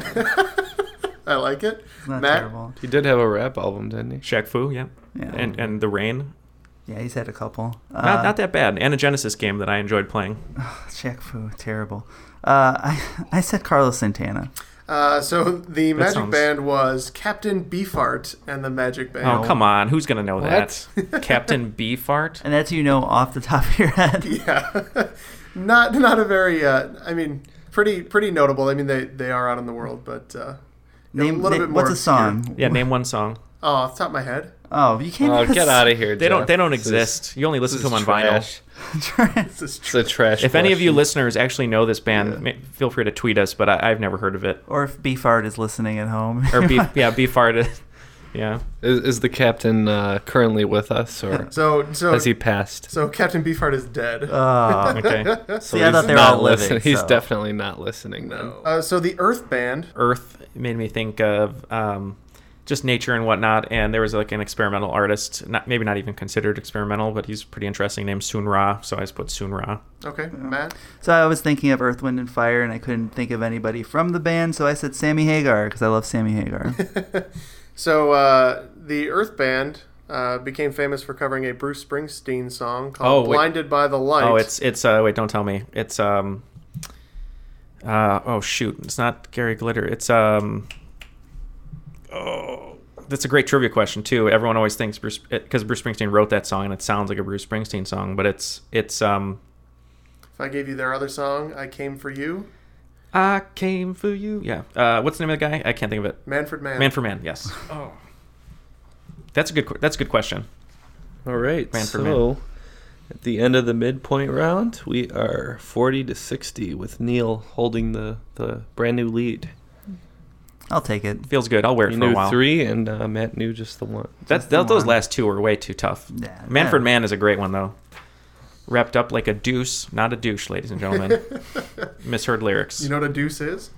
S6: I like it.
S8: not
S6: Matt,
S8: terrible.
S7: He did have a rap album, didn't he?
S9: Shaq Fu, yeah.
S8: Yeah.
S9: And and the Rain.
S8: Yeah, he's had a couple.
S9: not
S8: Uh,
S9: not that bad. And a Genesis game that I enjoyed playing.
S8: Shaq Uh, Fu, terrible. Uh, I I said Carlos Santana.
S6: uh, so the
S9: That
S6: Magic
S9: sounds-
S6: Band was Captain Beefheart and the Magic Band.
S9: Oh come on, who's gonna know
S6: What?
S9: that? Captain Beefheart.
S8: And that's who you know off the top of your head.
S6: Yeah, not not a very. Uh, I mean, pretty pretty notable. I mean, they they are out in the world, but uh,
S8: Name-
S6: a little
S8: na-
S6: bit more.
S8: what's a song?
S6: obscure.
S9: Yeah, name one song.
S6: Oh, off the top of my head.
S8: Oh, you
S9: Uh,
S8: can't.
S7: Oh, get out of here!
S9: They don't.
S7: Jeff.
S9: They don't
S7: This is-
S9: exist. you only listen
S7: this
S9: to them on
S7: is
S9: vinyl.
S7: trash.
S6: This is
S7: It's a trash.
S9: If any of you
S7: question.
S9: listeners actually know this band, ma- feel free to tweet us. But I, I've never heard of it.
S8: Or if Beefheart is listening at home.
S9: Or beef, yeah, Beefheart. uh, Yeah,
S7: is, is the captain uh, currently with us, or
S6: So so
S7: has he passed?
S6: so Captain Beefheart is dead.
S8: Oh.
S9: okay.
S7: So
S8: See, I thought
S7: he's
S8: they were all
S7: not
S8: living,
S7: listening. He's
S8: so.
S7: definitely not listening. Then.
S6: Uh, so the Earth Band.
S9: Earth made me think of um, just nature and whatnot. And there was like an experimental artist, not maybe not even considered experimental, but he's pretty interesting named Sun Ra. So I just put Sun Ra.
S6: Okay, Matt.
S8: So I was thinking of Earth, Wind, and Fire, and I couldn't think of anybody from the band, so I said Sammy Hagar because I love Sammy Hagar.
S6: So uh, the Earth Band uh, became famous for covering a Bruce Springsteen song called
S9: Oh, wait.
S6: "Blinded by the Light."
S9: Oh, it's it's uh, wait, don't tell me. It's um, uh, oh shoot, it's not Gary Glitter. It's um, oh, that's a great trivia question too. Everyone always thinks Bruce because Bruce Springsteen wrote that song and it sounds like a Bruce Springsteen song, but it's it's um,
S6: If I gave you their other song, "I Came for You,"
S9: I came for you. Yeah. Uh, what's the name of the guy? I can't think of it.
S6: Manfred Mann.
S9: Man for man. Yes. Oh, that's a good que- that's a good question.
S7: All right.
S9: Man for
S7: so,
S9: man.
S7: at the end of the midpoint round, we are 40 to 60 with Neil holding the, the brand new lead.
S8: I'll take it.
S9: Feels good. I'll wear it
S7: He
S9: for a
S7: knew
S9: while.
S7: three, and uh, Matt knew just the one.
S9: That, that those last two were way too tough.
S8: Yeah.
S9: Manfred
S8: Yeah.
S9: Man is a great one though. Wrapped up like a deuce, not a douche, ladies and gentlemen. Misheard lyrics.
S6: You know what a deuce is?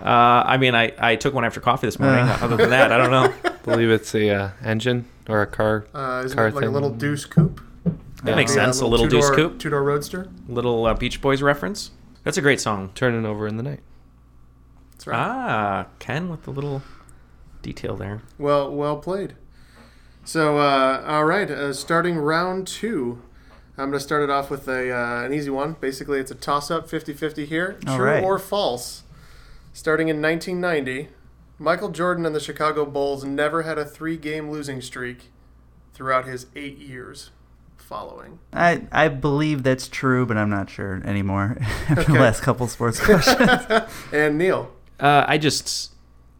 S9: uh, I mean, I, I took one after coffee this morning. Other than that, I don't know.
S7: believe it's a uh, engine or a car.
S6: Uh, isn't
S7: car
S6: it like a
S7: thing.
S6: little deuce coupe?
S9: That makes sense. A little deuce coupe,
S6: Two door roadster.
S9: little uh, Beach Boys reference. That's a great song.
S7: turning over in the night.
S6: That's right.
S9: Ah, Ken with the little detail there.
S6: Well, well played. So, uh, all right, uh, starting round two. I'm going to start it off with a, uh, an easy one. Basically, it's a toss up 50 50 here.
S8: All
S6: True
S8: right.
S6: or false? Starting in 1990, Michael Jordan and the Chicago Bulls never had a three game losing streak throughout his eight years following.
S8: I, I believe that's true, but I'm not sure anymore after the last couple sports questions.
S6: and Neil.
S9: Uh, I just,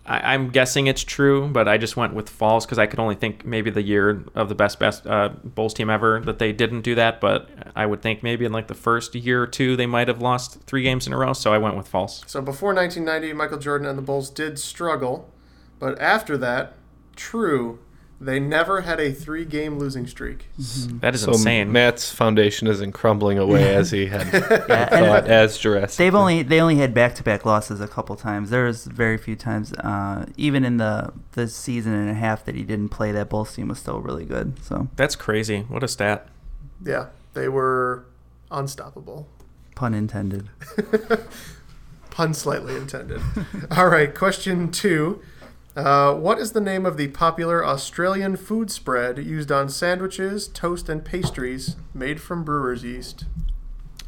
S9: I, I'm guessing it's true, but I just went with false because I could only think maybe the year of the best best uh, Bulls team ever that they didn't do that. But I would think maybe in like the first year or two they might have lost three games in a row, so I went with false.
S6: So before 1990, Michael Jordan and the Bulls did struggle, but after that, true, they never had a three-game losing streak.
S9: That is
S7: so
S9: insane.
S7: Matt's foundation isn't crumbling away as he had
S8: Yeah, and
S7: thought, as Jurassic.
S8: They've only they only had back to back losses a couple times. There was very few times, uh, even in the the season and a half that he didn't play. That Bulls team was still really good. So
S9: That's crazy. What a stat.
S6: Yeah, they were unstoppable.
S8: pun intended.
S6: Pun slightly intended. All right, question two. Uh, what is the name of the popular Australian food spread used on sandwiches, toast, and pastries made from brewer's yeast?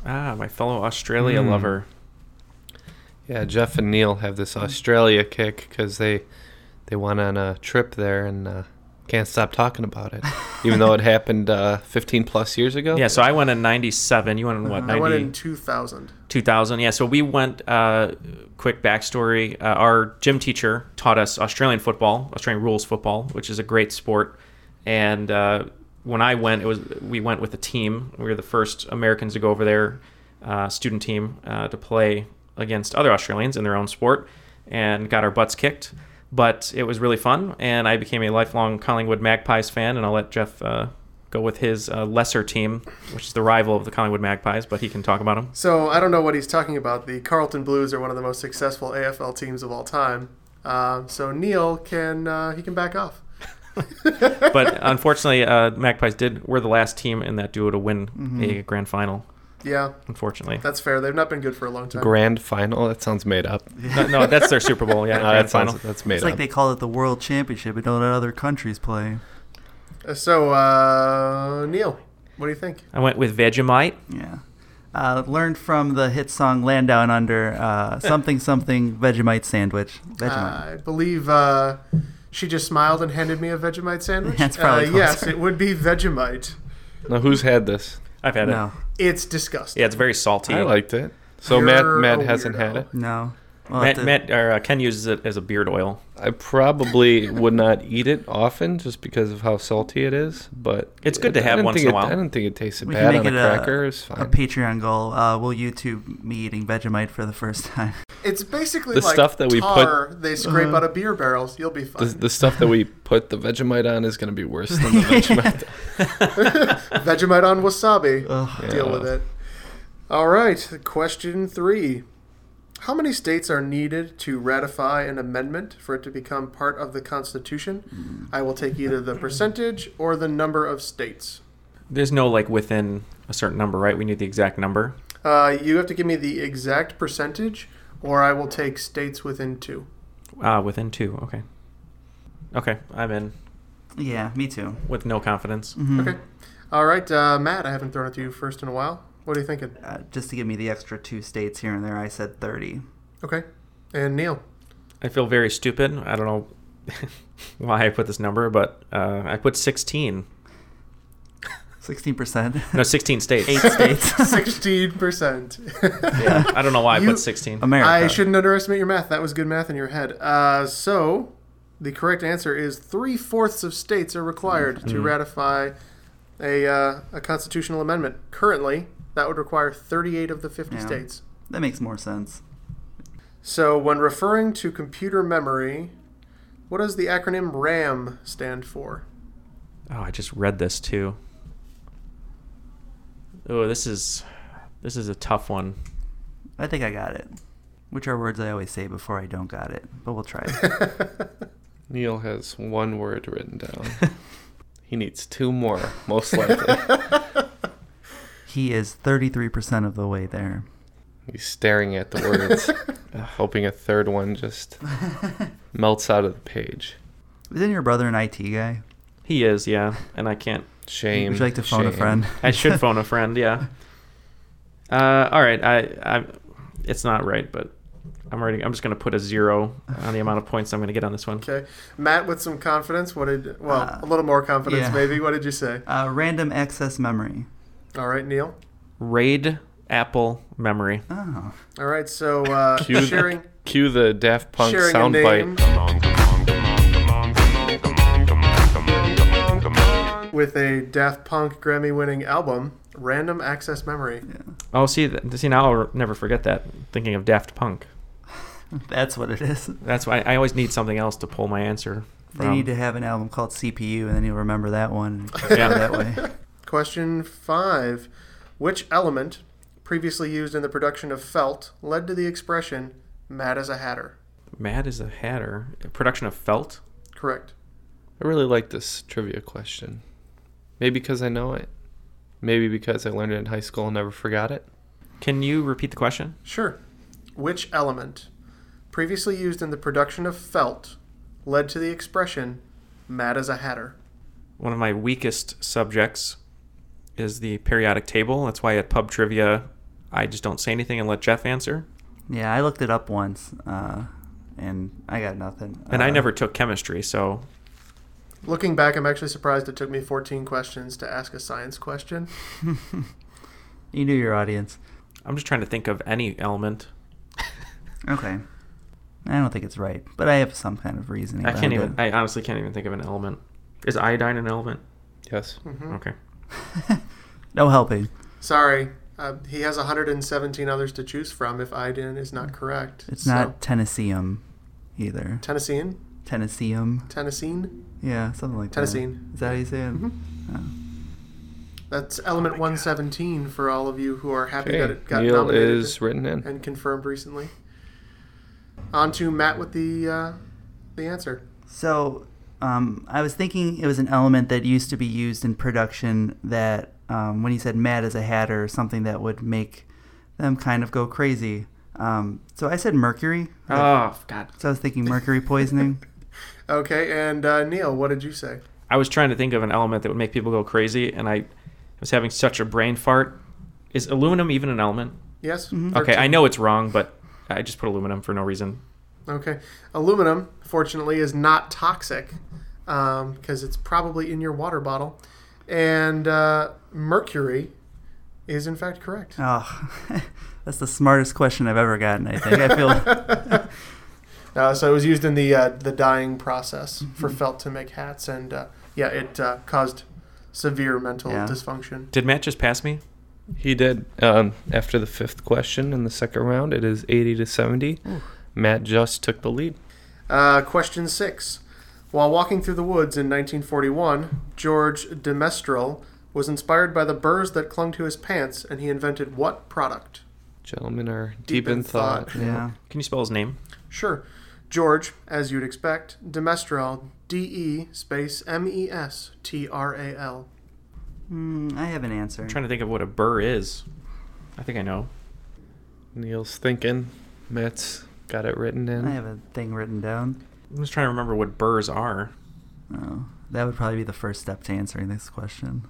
S9: Ah, my fellow Australia
S7: Hmm.
S9: lover.
S7: Yeah, Jeff and Neil have
S8: Mm.
S7: this Australia kick because they they went on a trip there and uh, can't stop talking about it, even though it happened uh, 15 plus years ago.
S9: Yeah, so I went in '97. You went in what?
S6: I
S9: 90?
S6: went in 2000.
S9: 2000 yeah so we went uh, quick backstory uh, our gym teacher taught us australian football australian rules football which is a great sport and uh, when i went it was we went with a team we were the first americans to go over there uh, student team uh, to play against other australians in their own sport and got our butts kicked but it was really fun and i became a lifelong collingwood magpies fan and i'll let jeff uh, go with his uh, lesser team which is the rival of the collingwood magpies but he can talk about them
S6: So I don't know what he's talking about. The Carlton Blues are one of the most successful AFL teams of all time. Uh, so Neil can uh, he can back off.
S9: but unfortunately, uh, Magpies did were the last team in that duo to win
S8: Mm-hmm.
S6: Mhm.
S9: a grand final.
S6: Yeah.
S9: unfortunately,
S6: That's fair. They've not been good for a long time.
S7: Grand final? That sounds made up.
S9: No- no, that's their Super Bowl, yeah,
S7: No,
S9: grand
S7: that sounds,
S9: final.
S7: that's made
S8: it's
S7: up.
S8: like they call it the World Championship, but don't let other countries play.
S6: Uh, So uh, Neil, what do you think?
S9: I went with Vegemite.
S8: Yeah. Uh, learned from the hit song "Land Down Under," uh, something something Vegemite sandwich. Vegemite.
S6: I believe uh, she just smiled and handed me a Vegemite sandwich.
S8: That's probably
S6: uh, yes.
S8: closer.
S6: It would be Vegemite.
S7: Now, who's had this?
S9: I've had
S8: it. No.
S6: It's disgusting.
S9: Yeah, it's very salty.
S7: I liked it. So
S9: You're
S7: Matt
S9: a
S7: Matt hasn't had it.
S8: No.
S9: Matt, Matt or uh, Ken uses it as a beard oil.
S7: I probably would not eat it often just because of how salty it is, but
S9: It's good to
S7: I
S9: have
S7: didn't
S9: once
S7: think
S9: in a
S7: it-
S9: while.
S7: I didn't think it tasted
S8: We
S7: bad on a
S8: can make it a,
S7: cracker. It's
S8: a Patreon goal. Uh, we'll YouTube me eating Vegemite for the first time.
S6: It's basically
S7: The
S6: like
S7: stuff that we put-
S6: tar they scrape
S7: Uh-huh.
S6: out of beer barrels. You'll be
S7: The,
S6: fine.
S7: the stuff that we put the Vegemite on is going to be worse than the Vegemite.
S6: Vegemite on wasabi. Deal
S7: Yeah.
S6: with it. All right. Question three. How many states are needed to ratify an amendment for it to become part of the
S8: Mm.
S6: Constitution? I will take either the percentage or the number of states.
S9: There's no like within a certain number, right? We need the exact number.
S6: Uh, you have to give me the exact percentage, or I will take states within two.
S9: Ah, within two. Okay. Okay, I'm in
S8: Yeah, me too.
S9: with no confidence.
S8: Mhm.
S6: Okay. All right, uh, Matt, I haven't thrown it to you first in a while. What are you thinking?
S8: Uh, just to give me the extra two states here and there, I said 30.
S6: Okay. And Neil.
S9: I feel very stupid. I don't know why I put this number, but uh, I put 16.
S8: 16%.
S9: No, 16 states.
S8: Eight states.
S6: 16%.
S9: Yeah, I don't know why I
S6: You-
S9: put 16.
S6: I shouldn't underestimate your math. That was good math in your head. Uh, so, the correct answer is three fourths of states are required to
S9: Mhm.
S6: ratify a, uh, a constitutional amendment. Currently, that would require 38 of the 50
S8: Yeah.
S6: states.
S8: That makes more sense.
S6: So, when referring to computer memory, what does the acronym RAM stand for?
S9: Oh, I just read this too. Oh, this is this is a tough one.
S8: I think I got it. Which are words I always say before I don't got it, but we'll try it.
S7: Neil has one word written down. he needs two more, most likely.
S8: he is 33% of the way there.
S7: He's staring at the words, hoping a third one just melts out of the page.
S8: Isn't your brother an IT guy?
S9: He is, yeah, and I can't
S7: Shame.
S8: Would you like to phone a
S9: shame.
S8: friend?
S9: I should phone a friend. Yeah. Uh, all right. I, I, it's not right, but I'm already. I'm just going to put a zero on the amount of points I'm going to get on this one.
S6: Okay, Matt, with some confidence, what did? Well, a little more confidence,
S8: yeah.
S6: maybe. What did you say?
S8: Uh, random access memory.
S6: All right, Neil.
S9: Raid Apple memory.
S8: Oh.
S6: All right, so uh,
S7: Cue,
S6: sharing
S7: cue the Daft Punk
S6: sharing a name
S7: soundbite.
S6: with a Daft Punk Grammy-winning album, Random Access Memory.
S9: Oh, see, th- see now I'll never forget that. Thinking of Daft Punk.
S8: That's what it is.
S9: That's why I always need something else to pull my answer
S8: They
S9: from.
S8: need to have an album called CPU, and then you'll remember that one. and go
S9: Yeah.
S8: that way.
S6: Question five: Which element, previously used in the production of felt, led to the expression "mad as a hatter"?
S9: Mad as a Hatter. A production of Felt.
S6: Correct.
S7: I really like this trivia question. Maybe because I know it. Maybe because I learned it in high school and never forgot it.
S9: Can you repeat the question?
S6: Sure. Which element, previously used in the production of felt, led to the expression "mad as a hatter"?
S9: One of my weakest subjects is the periodic table. That's why at pub trivia, I just don't say anything and let Jeff answer.
S8: Yeah, I looked it up once, uh, and I got nothing.
S9: And I
S8: Uh,
S9: never took chemistry, so
S6: Looking back, I'm actually surprised it took me 14 questions to ask a science question.
S8: You knew your audience.
S9: I'm just trying to think of any element.
S8: Okay. I don't think it's right, but I have some kind of reasoning.
S9: I can't
S8: behind
S9: even. I honestly can't even think of an element. Is iodine an element?
S7: Yes.
S6: Mm-hmm.
S9: Okay.
S8: it. No helping.
S6: Sorry, uh, he has 117 others to choose from if Iden is not correct.
S8: It's not Tennesseeum either.
S6: Tennessean?
S8: Tennesseeum.
S6: Tennessean?
S8: Yeah, something like
S6: Tennessine.
S8: that. Is that how you say it?
S6: That's element 117 for all of you who are happy
S7: Okay,
S6: that it got
S7: Neil
S6: nominated
S7: is written in.
S6: and confirmed recently. On to Matt with the uh, the answer.
S8: So um, I was thinking it was an element that used to be used in production that um, when he said mad as a hatter, something that would make them kind of go crazy. Um, so I said mercury.
S9: Oh, God.
S8: So I was thinking mercury poisoning.
S6: Okay, and uh, Neil, what did you say?
S9: I was trying to think of an element that would make people go crazy, and I was having such a brain fart. Is aluminum even an element?
S6: Yes?
S9: Okay, I know it's wrong, but I just put aluminum for no reason.
S6: Okay. Aluminum, fortunately, is not toxic because it's probably in your water bottle. And uh, mercury is, in fact, correct.
S8: oh, that's the smartest question I've ever gotten. I think I feel
S6: Uh, so it was used in the uh, the dyeing process
S8: Mm-hmm.
S6: for felt to make hats, and uh, yeah, it uh, caused severe mental
S8: Yeah.
S6: dysfunction.
S9: Did Matt just pass me?
S7: He did. Um, after the fifth question in the second round, it is 80 to 70. Matt just took the lead.
S6: Uh, question six: While walking through the woods in 1941, George Demestrel was inspired by the burrs that clung to his pants, and he invented what product?
S7: Gentlemen are deep, in thought.
S8: yeah.
S9: Can you spell his name?
S6: Sure, George, as you'd expect, Demestrel, D E space M E S T R A L.
S8: Mm, I have an answer.
S9: I'm trying to think of what a burr is. I think I know.
S7: Neil's thinking. Matt's got it written in.
S8: I have a thing written down.
S9: I'm just trying to remember what burrs are.
S8: Oh, that would probably be the first step to answering this question.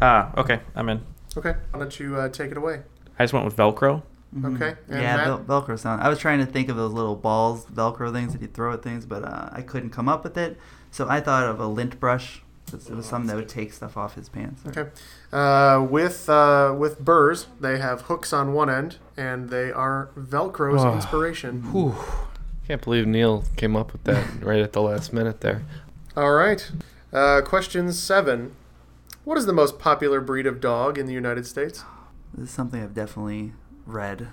S9: Ah, okay, I'm in.
S6: Okay, I'll let you uh, take it away.
S9: I just went with Velcro.
S6: Okay, and
S8: Mm-hmm. yeah,
S6: Matt?
S8: vel- Velcro sound. I was trying to think of those little balls, Velcro things that you throw at things, but uh, I couldn't come up with it. So I thought of a lint brush. 'cause It was something that would take stuff off his pants.
S6: Okay. Uh, with uh, with burrs, they have hooks on one end, and they are Velcro's
S7: Oh.
S6: inspiration.
S7: Can't believe Neil came up with that right at the last minute there.
S6: All right. Uh, question seven: What is the most popular breed of dog in the United States?
S8: This is something I've definitely read.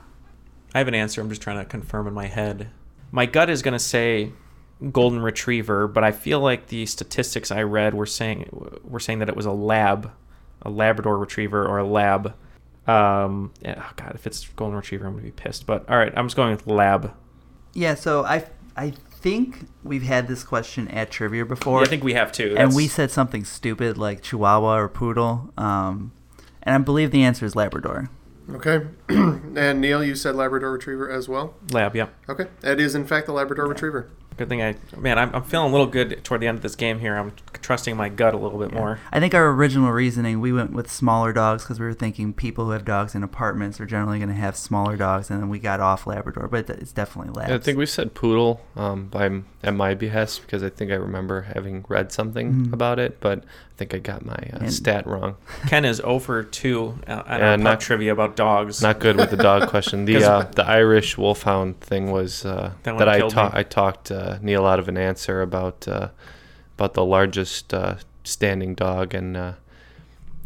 S9: I have an answer. I'm just trying to confirm in my head. My gut is going to say golden retriever, but I feel like the statistics I read were saying were saying that it was a lab, a Labrador retriever or a lab. Um, yeah, oh God, if it's golden retriever, I'm going to be pissed. But all right, I'm just going with lab.
S8: Yeah, so I I think we've had this question at trivia before.
S9: Yeah, I think we have too.
S8: and
S9: That's-
S8: we said something stupid like Chihuahua or Poodle. Um, and I believe the answer is Labrador.
S6: Okay. and Neil, you said Labrador Retriever as well.
S9: lab, yeah.
S6: Okay, that is in fact the Labrador Retriever.
S9: Good thing I, man, I'm, I'm feeling a little good toward the end of this game here. I'm trusting my gut a little bit more.
S8: I think our original reasoning we went with smaller dogs because we were thinking people who have dogs in apartments are generally going to have smaller dogs, and then we got off Labrador, but it's definitely Labs.
S7: Yeah, I think we said poodle um, by m- at my behest because I think I remember having read something
S8: Mhm.
S7: about it, but I think I got my uh,
S9: And-
S7: stat wrong.
S9: Ken is over two uh, at
S7: Yeah,
S9: our
S7: not-
S9: not, trivia about dogs.
S7: Not good with the dog question. The
S9: 'Cause-
S7: uh, the Irish wolfhound thing was uh,
S9: That
S7: that,
S9: one
S7: I
S9: killed
S7: ta-
S9: me.
S7: I talked uh, Neil out of an answer about uh, about the largest uh, standing dog, and uh,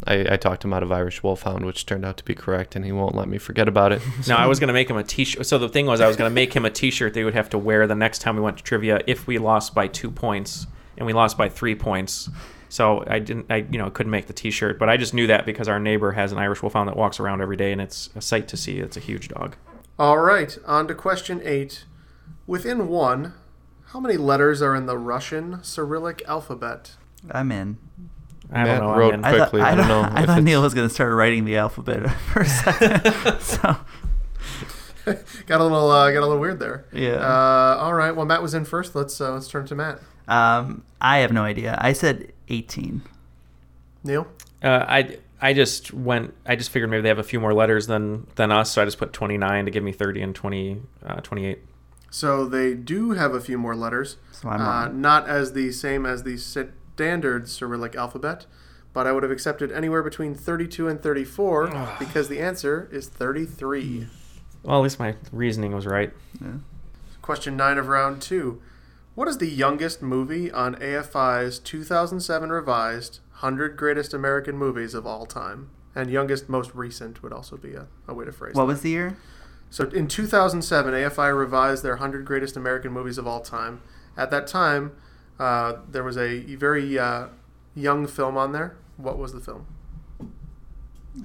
S7: I, I talked him out of Irish wolfhound, which turned out to be correct, and he won't let me forget about it.
S9: No, I was gonna make him a T-shirt. So the thing was, I was gonna make him a T-shirt they would have to wear the next time we went to trivia if we lost by two points, and we lost by three points. So I didn't, I you know, couldn't make the T-shirt, but I just knew that because our neighbor has an Irish Wolfhound that walks around every day, and it's a sight to see. It's a huge dog.
S6: All right, on to question eight. Within one, how many letters are in the Russian Cyrillic alphabet?
S8: I'm in.
S9: I
S7: Matt wrote quickly. I, don't know.
S8: I
S7: if
S8: thought
S7: it's-
S8: Neil was going to start writing the alphabet for a second. so,
S6: Got a little, uh, got a little weird there.
S8: Yeah.
S6: Uh, all right. Well, Matt was in first. Let's uh, let's turn to Matt.
S8: um, I have no idea. I said 18.
S6: Neil.
S9: Uh, I I just went. I just figured maybe they have a few more letters than than us, so I just put 29 to give me 30 and 20, uh, 28.
S6: So they do have a few more letters.
S8: So I'm
S6: uh,
S8: wrong.
S6: not as the same as the standard Cyrillic alphabet, but I would have accepted anywhere between 32 and 34 because the answer is 33.
S9: Well, at least my reasoning was right.
S6: Question 9 of round 2. What is the youngest movie on AFI's 2007 revised 100 Greatest American Movies of All Time? And youngest, most recent would also be a, a way to phrase
S8: What
S6: that.
S8: was the year?
S6: So in 2007, AFI revised their 100 greatest American movies of all time. At that time, uh, there was a very uh, young film on there. What was the film?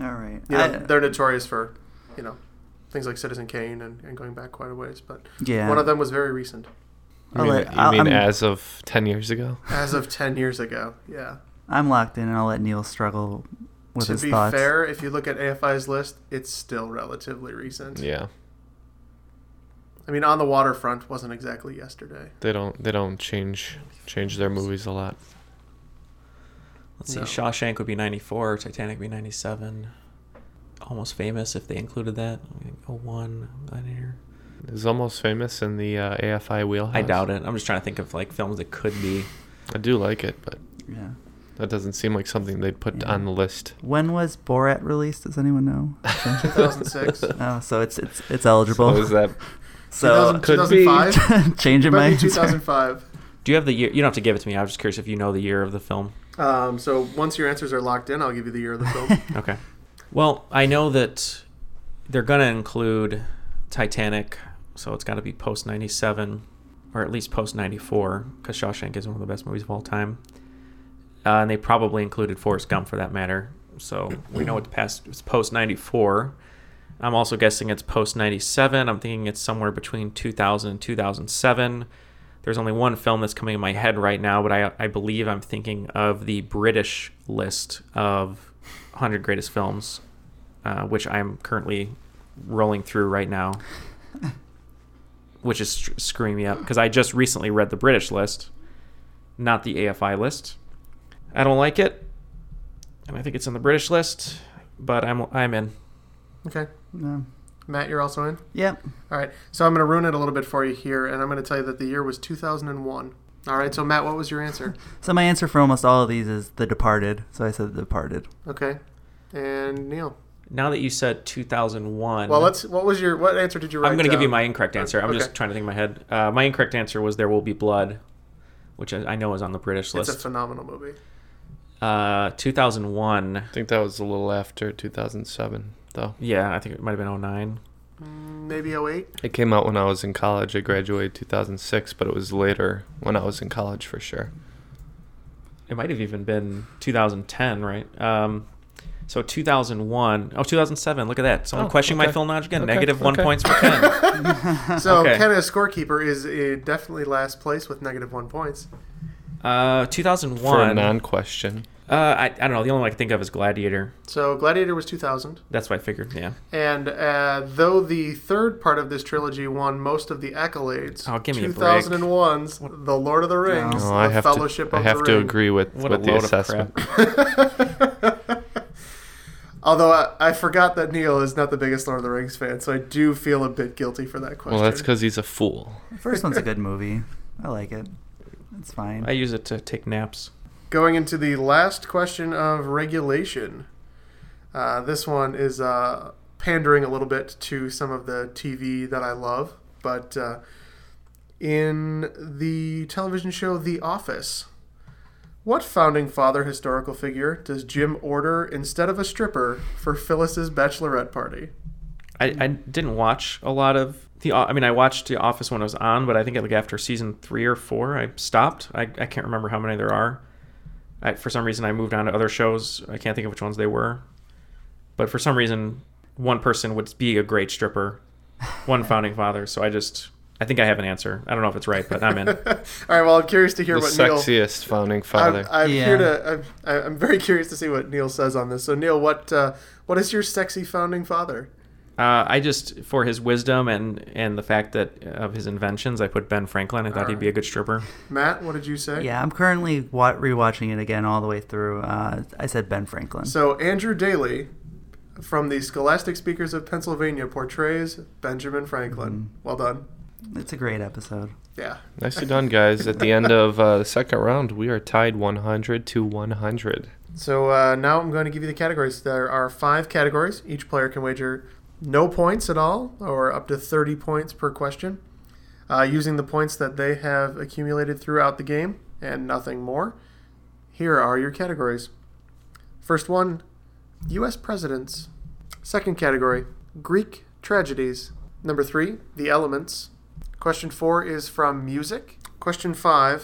S8: All right.
S6: You know,
S8: I-
S6: they're notorious for, you know, things like Citizen Kane and, and going back quite a ways. But
S8: Yeah.
S6: one of them was very recent,
S7: You
S8: I'll
S7: mean,
S8: let-
S7: you
S8: I'll-
S7: mean
S8: I'm-
S7: as of ten years ago?
S6: as of 10 years ago. Yeah.
S8: I'm locked in, and I'll let Neil struggle with
S6: to
S8: his
S6: be
S8: thoughts.
S6: fair, if you look at AFI's list, it's still relatively recent.
S7: Yeah,
S6: I mean, On the Waterfront wasn't exactly yesterday.
S7: they don't they don't change change their movies a lot.
S9: Let's see.
S6: No.
S9: Shawshank would be 94. Titanic would be 97. Almost Famous if they included that. oh, I think 01. that year.
S7: Is almost famous in the uh, AFI wheelhouse.
S9: I doubt it. I'm just trying to think of like films that could be.
S7: I do like it, but
S8: Yeah.
S7: that doesn't seem like something they'd put
S8: Yeah.
S7: on the list.
S8: When was Borat released? Does anyone know?
S6: 2006.
S8: oh, so it's it's it's eligible.
S7: So is that-
S8: So
S6: 2000 2005?
S8: change your
S6: Probably
S8: mind.
S6: 2005.
S9: Do you have the year? You don't have to give it to me. I was just curious if you know the year of the film.
S6: Um, so once your answers are locked in, I'll give you the year of the film.
S9: Okay. Well, I know that they're going to include Titanic, so it's got to be post 97 or at least post 94 because Shawshank is one of the best movies of all time. Uh, and they probably included Forrest Gump for that matter. So we know it's past it's post 94. I'm also guessing it's post 97. I'm thinking it's somewhere between 2000 and 2007. There's only one film that's coming in my head right now, but I, I believe I'm thinking of the British list of 100 greatest films, uh, which I'm currently rolling through right now, which is str- screwing me up because I just recently read the British list, not the AFI list. I don't like it, and I think it's in the British list, but I'm I'm in.
S6: okay.
S8: No.
S6: Matt, you're also in?
S8: Yep.
S6: All right. So I'm going to ruin it a little bit for you here, and I'm going to tell you that the year was 2001. All right. So, Matt, what was your answer?
S8: So my answer for almost all of these is The Departed. So I said The Departed.
S6: Okay. And Neil.
S9: Now that you said 2001,
S6: Well, let's. What was your. What answer did you write
S9: I'm going to give
S6: down?
S9: you my incorrect answer. I'm
S6: Okay.
S9: just trying to think in my head. Uh, my incorrect answer was "There Will Be Blood," which I I know is on the British
S6: It's
S9: list.
S6: a phenomenal movie.
S9: Uh, 2001.
S7: I think that was a little after 2007, though.
S9: Yeah, I think it might have been 09.
S6: Maybe 08?
S7: It came out when I was in college. I graduated 2006, but it was later when I was in college for sure.
S9: It might have even been 2010, right? Um, so 2001. Oh, 2007. Look at that. Someone
S7: Oh,
S9: questioning
S7: okay.
S9: my film knowledge again.
S7: Okay,
S9: Negative one
S7: okay.
S9: points for Ken.
S6: So,
S9: Okay.
S6: Ken as scorekeeper is uh, definitely last place with negative one points.
S9: uh,
S7: For a
S9: 2001.
S7: non question.
S9: Uh, I, I don't know. The only one I can think of is Gladiator.
S6: So Gladiator was 2000.
S9: That's what I figured. Yeah.
S6: And uh, though the third part of this trilogy won most of the accolades,
S9: Oh, give me a break.
S6: 2001's The Lord of the Rings,
S7: No, Oh, I
S6: The
S7: have to-
S6: Fellowship
S7: I
S6: of
S7: have
S6: the
S7: to
S6: Ring.
S7: agree with- What a with the load of assessment.
S6: Although I, I forgot that Neil is not the biggest Lord of the Rings fan, so I do feel a bit guilty for that question.
S7: Well, that's because he's a fool.
S8: First one's a good movie. I like it. It's fine.
S9: I use it to take naps.
S6: Going into the last question of regulation. Uh, this one is uh, pandering a little bit to some of the TV that I love, but uh, in the television show The Office, what founding father historical figure does Jim order instead of a stripper for Phyllis's bachelorette party?
S9: I, I didn't watch a lot of the. I mean, I watched The Office when it was on, but I think like after season three or four, I stopped. I, I can't remember how many there are. I, for some reason, I moved on to other shows. I can't think of which ones they were, but for some reason, one person would be a great stripper, one founding father. So I just, I think I have an answer. I don't know if it's right, but I'm in. Uh,
S6: All right. Well, I'm curious to hear
S7: the
S6: what Neil.
S7: sexiest founding father.
S6: I'm, I'm here to. I'm, I- I'm very curious to see what Neil says on this. So, Neil, what uh, what is your sexy founding father?
S9: Uh, I just for his wisdom and and the fact that of his inventions, I put Ben Franklin. I thought he'd be a good stripper.
S6: Matt, what did you say?
S8: Yeah, I'm currently wa- rewatching it again all the way through. Uh, I said Ben Franklin.
S6: So Andrew Daly from the Scholastic Speakers of Pennsylvania portrays Benjamin Franklin. Well done.
S8: It's a great episode.
S6: Yeah.
S7: Nicely done, guys. At the end of uh, the second round, we are tied 100 to 100.
S6: So uh, now I'm going to give you the categories. There are five categories. Each player can wager no points at all, or up to 30 points per question, uh, using the points that they have accumulated throughout the game and nothing more. Here are your categories. First one U.S. presidents. Second category Greek tragedies. Number three, the elements. Question four is from music. Question five,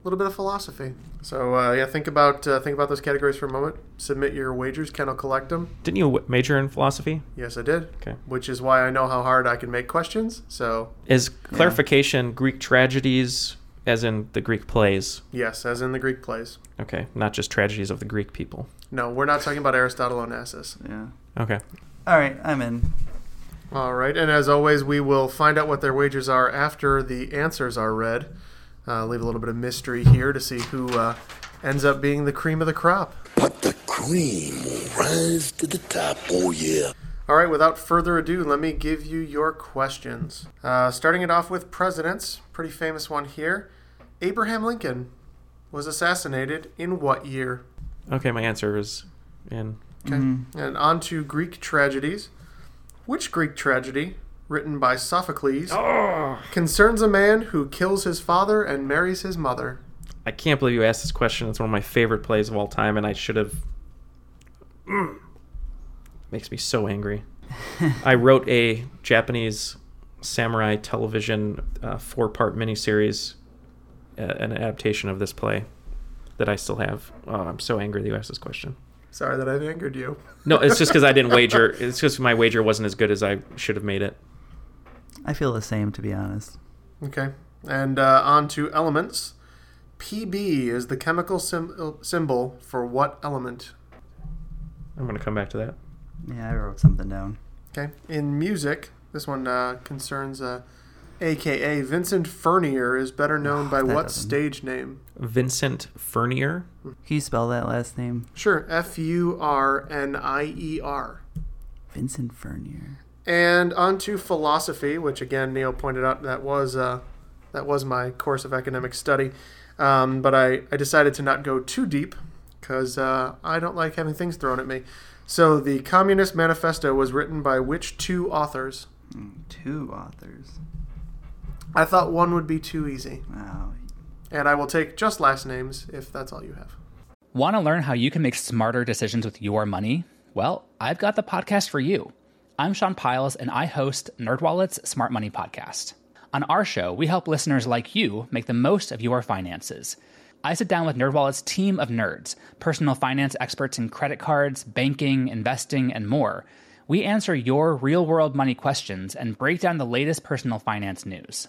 S6: a little bit of philosophy. So uh, yeah, think about uh, think about those categories for a moment. Submit your wagers. Ken will collect them.
S9: Didn't you w- major in philosophy?
S6: Yes, I did.
S9: Okay.
S6: Which is why I know how hard I can make questions. So
S9: Is clarification Greek tragedies, as in the Greek plays?
S6: yes, as in the Greek plays.
S9: Okay, not just tragedies of the Greek people.
S6: No, we're not talking about Aristotle and Assis.
S8: Yeah.
S9: Okay.
S8: All right, I'm in.
S6: All right, and as always, we will find out what their wagers are after the answers are read. Uh, leave a little bit of mystery here to see who uh, ends up being the cream of the crop.
S5: Cream will rise to the top. Oh, yeah.
S6: All right, without further ado, let me give you your questions. Uh, starting it off with presidents, pretty famous one here. Abraham Lincoln was assassinated in what year?
S9: Okay, my answer is in.
S6: Okay. And on to Greek tragedies. Which Greek tragedy, written by Sophocles, concerns a man who kills his father and marries his mother?
S9: I can't believe you asked this question. It's one of my favorite plays of all time, and I should have. Mm. Makes me so angry. I wrote a Japanese samurai television uh, four part miniseries, uh, an adaptation of this play that I still have. Oh, I'm so angry that you asked this question.
S6: Sorry that I've angered you.
S9: No, it's just because I didn't wager. It's just my wager wasn't as good as I should have made it.
S8: I feel the same, to be honest.
S6: Okay. And uh, on to elements. PB is the chemical sym- symbol for what element?
S9: I'm gonna come back to that.
S8: Yeah, I wrote something down.
S6: Okay. In music, this one uh, concerns uh, AKA Vincent Fernier is better known by
S8: Ah, that
S6: what
S8: doesn't-
S6: stage name?
S9: Vincent Fernier.
S8: Can you spell that last name?
S6: Sure, F U R N I E R.
S8: Vincent Fernier.
S6: And on to philosophy, which again Neil pointed out that was uh, that was my course of academic study, um, but I, I decided to not go too deep because uh, I don't like having things thrown at me. So the Communist Manifesto was written by which two authors?
S8: Two authors.
S6: I thought one would be too easy.
S8: Wow.
S6: And I will take just last names if that's all you have.
S3: Want to learn how you can make smarter decisions with your money? Well, I've got the podcast for you. I'm Sean Piles and I host NerdWallet's Smart Money Podcast. On our show, we help listeners like you make the most of your finances. I sit down with NerdWallet's team of nerds, personal finance experts in credit cards, banking, investing, and more. We answer your real-world money questions and break down the latest personal finance news.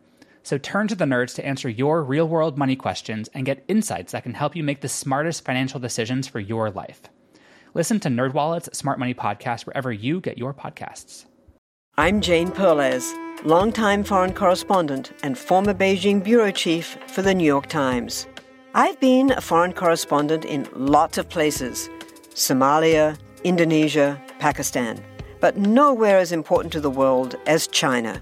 S3: So turn to the nerds to answer your real world money questions and get insights that can help you make the smartest financial decisions for your life. Listen to NerdWallet's Smart Money Podcast wherever you get your podcasts.
S11: I'm Jane Perlez, longtime foreign correspondent and former Beijing bureau chief for the New York Times. I've been a foreign correspondent in lots of places Somalia, Indonesia, Pakistan. But nowhere as important to the world as China.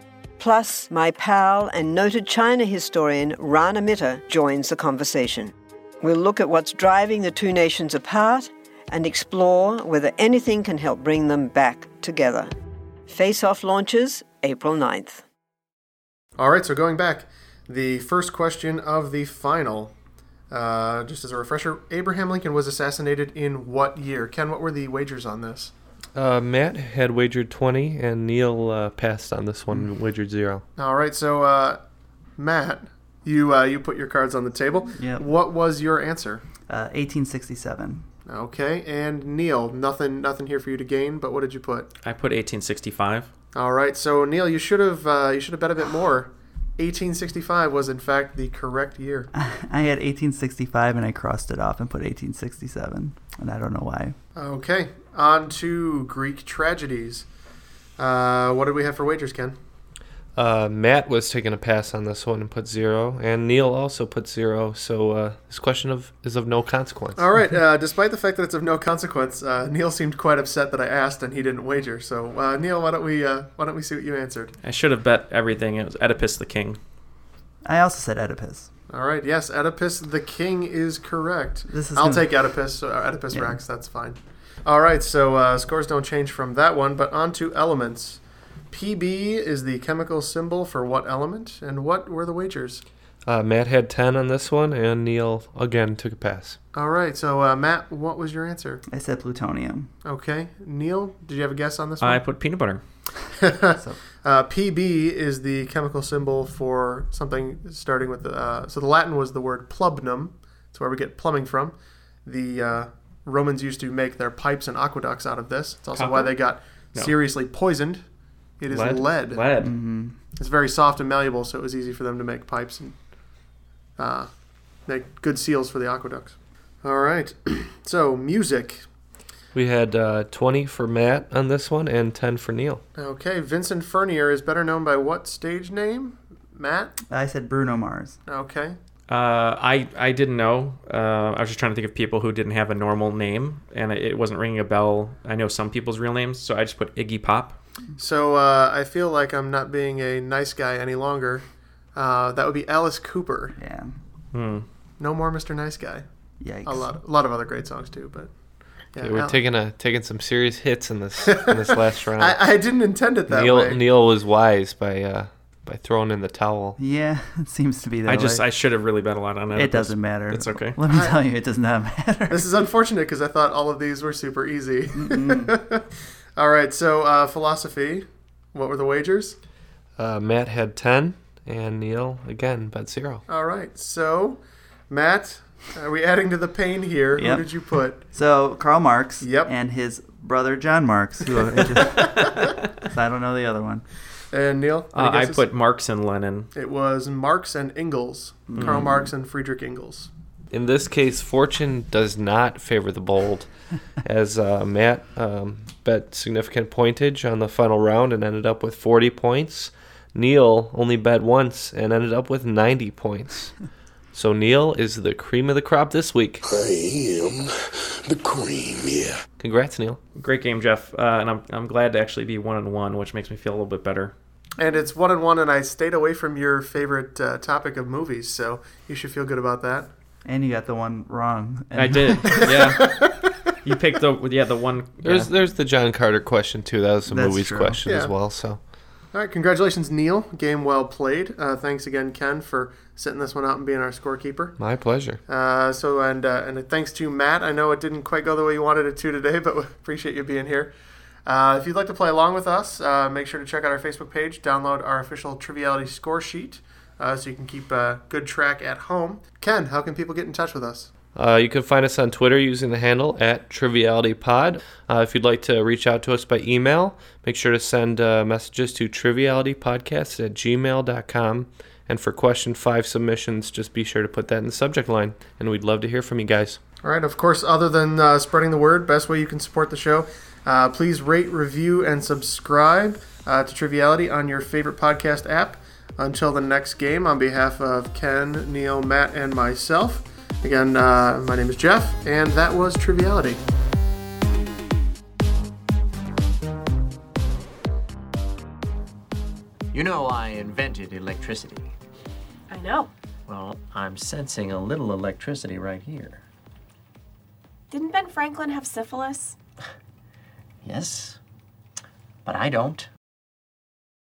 S11: Plus, my pal and noted China historian Rana Mitter joins the conversation. We'll look at what's driving the two nations apart and explore whether anything can help bring them back together. Face Off launches April 9th.
S6: All right, so going back, the first question of the final. Uh, just as a refresher, Abraham Lincoln was assassinated in what year? Ken, what were the wagers on this?
S7: Uh, Matt had wagered 20, and Neil uh, passed on this one, wagered zero.
S6: All right, so uh, Matt, you uh, you put your cards on the table.
S8: Yep.
S6: What was your answer?
S8: Uh, 1867.
S6: Okay, and Neil, nothing nothing here for you to gain. But what did you put?
S9: I put 1865.
S6: All right, so Neil, you should have uh, you should have bet a bit more. 1865 was in fact the correct year.
S8: I had 1865 and I crossed it off and put 1867. And I don't know why.
S6: Okay, on to Greek tragedies. Uh, what did we have for wagers, Ken?
S7: Uh, Matt was taking a pass on this one and put zero, and Neil also put zero. So uh, this question of is of no consequence.
S6: All right. Uh, despite the fact that it's of no consequence, uh, Neil seemed quite upset that I asked and he didn't wager. So uh, Neil, why don't we uh, why don't we see what you answered?
S9: I should have bet everything. It was Oedipus the King.
S8: I also said Oedipus.
S6: All right. Yes, Oedipus the King is correct.
S8: This is
S6: I'll
S8: gonna-
S6: take Oedipus. Uh, Oedipus Rex. That's fine. All right. So uh, scores don't change from that one, but on to elements. PB is the chemical symbol for what element, and what were the wagers?
S7: Uh, Matt had 10 on this one, and Neil again took a pass.
S6: All right. So uh, Matt, what was your answer?
S8: I said plutonium.
S6: Okay, Neil, did you have a guess on this one?
S9: I put peanut butter.
S6: Uh, PB is the chemical symbol for something starting with the. Uh, so the Latin was the word plubnum. It's where we get plumbing from. The uh, Romans used to make their pipes and aqueducts out of this. It's also why
S9: Copper?
S6: they got
S9: No.
S6: seriously poisoned. It is
S9: Lead?
S6: lead.
S9: Lead.
S6: Mm-hmm. It's very soft and malleable, so it was easy for them to make pipes and uh, make good seals for the aqueducts. All right. so music.
S7: We had uh, 20 for Matt on this one, and 10 for Neil.
S6: Okay, Vincent Fernier is better known by what stage name? Matt.
S8: I said Bruno Mars.
S6: Okay.
S9: Uh, I I didn't know. Uh, I was just trying to think of people who didn't have a normal name, and it wasn't ringing a bell. I know some people's real names, so I just put Iggy Pop.
S6: So uh, I feel like I'm not being a nice guy any longer. Uh, that would be Alice Cooper.
S8: Yeah.
S9: Hmm.
S6: No more Mr. Nice Guy.
S8: Yikes.
S6: A lot, a lot of other great songs too, but
S7: Yeah, we're
S6: Al-
S7: taking a taking some serious hits in this in this last round.
S6: I, I didn't intend it that
S7: Neil
S6: way.
S7: Neil was wise by uh, by throwing in the towel.
S8: Yeah, it seems to be that
S9: I just
S8: way.
S9: I should have really bet a lot on it.
S8: it doesn't matter.
S9: It's okay.
S8: Let me tell you, it does not matter.
S6: This is unfortunate because I thought all of these were super easy. all right, so uh, philosophy. What were the wagers?
S7: Uh, Matt had ten, and Neil again bet zero.
S6: All right, so Matt, are we adding to the pain here?
S8: Yep.
S6: Who did you put?
S8: So Karl Marx and his brother John Marx, who I, just- I don't know the other one.
S6: And Neil,
S9: Uh,
S6: any
S9: I
S6: guesses?
S9: put Marx and Lenin.
S6: It was Marx and Engels.
S9: Hmm.
S6: Karl
S7: Mm.
S6: Marx and Friedrich Engels.
S7: In this case, fortune does not favor the bold, as uh, Matt um, bet significant pointage on the final round and ended up with forty points. Neil only bet once and ended up with ninety points. So Neil is the cream of the crop this week.
S5: I am the cream, yeah.
S7: Congrats, Neil.
S9: Great game, Jeff. Uh, and I'm I'm glad to actually be one and one, which makes me feel a little bit better.
S6: And it's one on one, and I stayed away from your favorite uh, topic of movies, so you should feel good about that.
S8: And you got the one wrong.
S9: I did. Yeah. you picked the yeah the one.
S7: There's
S9: yeah.
S7: there's the John Carter question too. That was the
S9: That's
S7: movies
S9: true.
S7: question as
S6: Yeah.
S7: well. So
S6: All right, congratulations, Neil. Game well played. Uh, thanks again, Ken, for sitting this one out and being our scorekeeper.
S7: my pleasure.
S6: Uh, so and uh, and thanks to Matt. I know it didn't quite go the way you wanted it to today, but we appreciate you being here. Uh, if you'd like to play along with us, uh, make sure to check out our Facebook page, download our official Triviality score sheet, uh, so you can keep uh, good track at home. Ken, how can people get in touch with us?
S7: Uh, you can find us on Twitter using the handle at TrivialityPod. Uh, if you'd like to reach out to us by email, make sure to send uh, messages to trivialitypodcast at gmail.com. And for question five submissions, just be sure to put that in the subject line, and we'd love to hear from you guys.
S6: All right, of course, other than uh, spreading the word, best way you can support the show, uh, please rate, review, and subscribe uh, to Triviality on your favorite podcast app. Until the next game, on behalf of Ken, Neil, Matt, and myself, again, uh, my name is Jeff, and that was Triviality.
S12: You know, I invented electricity.
S13: I know.
S12: Well, I'm sensing a little electricity right here.
S13: Didn't Ben Franklin have syphilis?
S12: Yes? But I don't.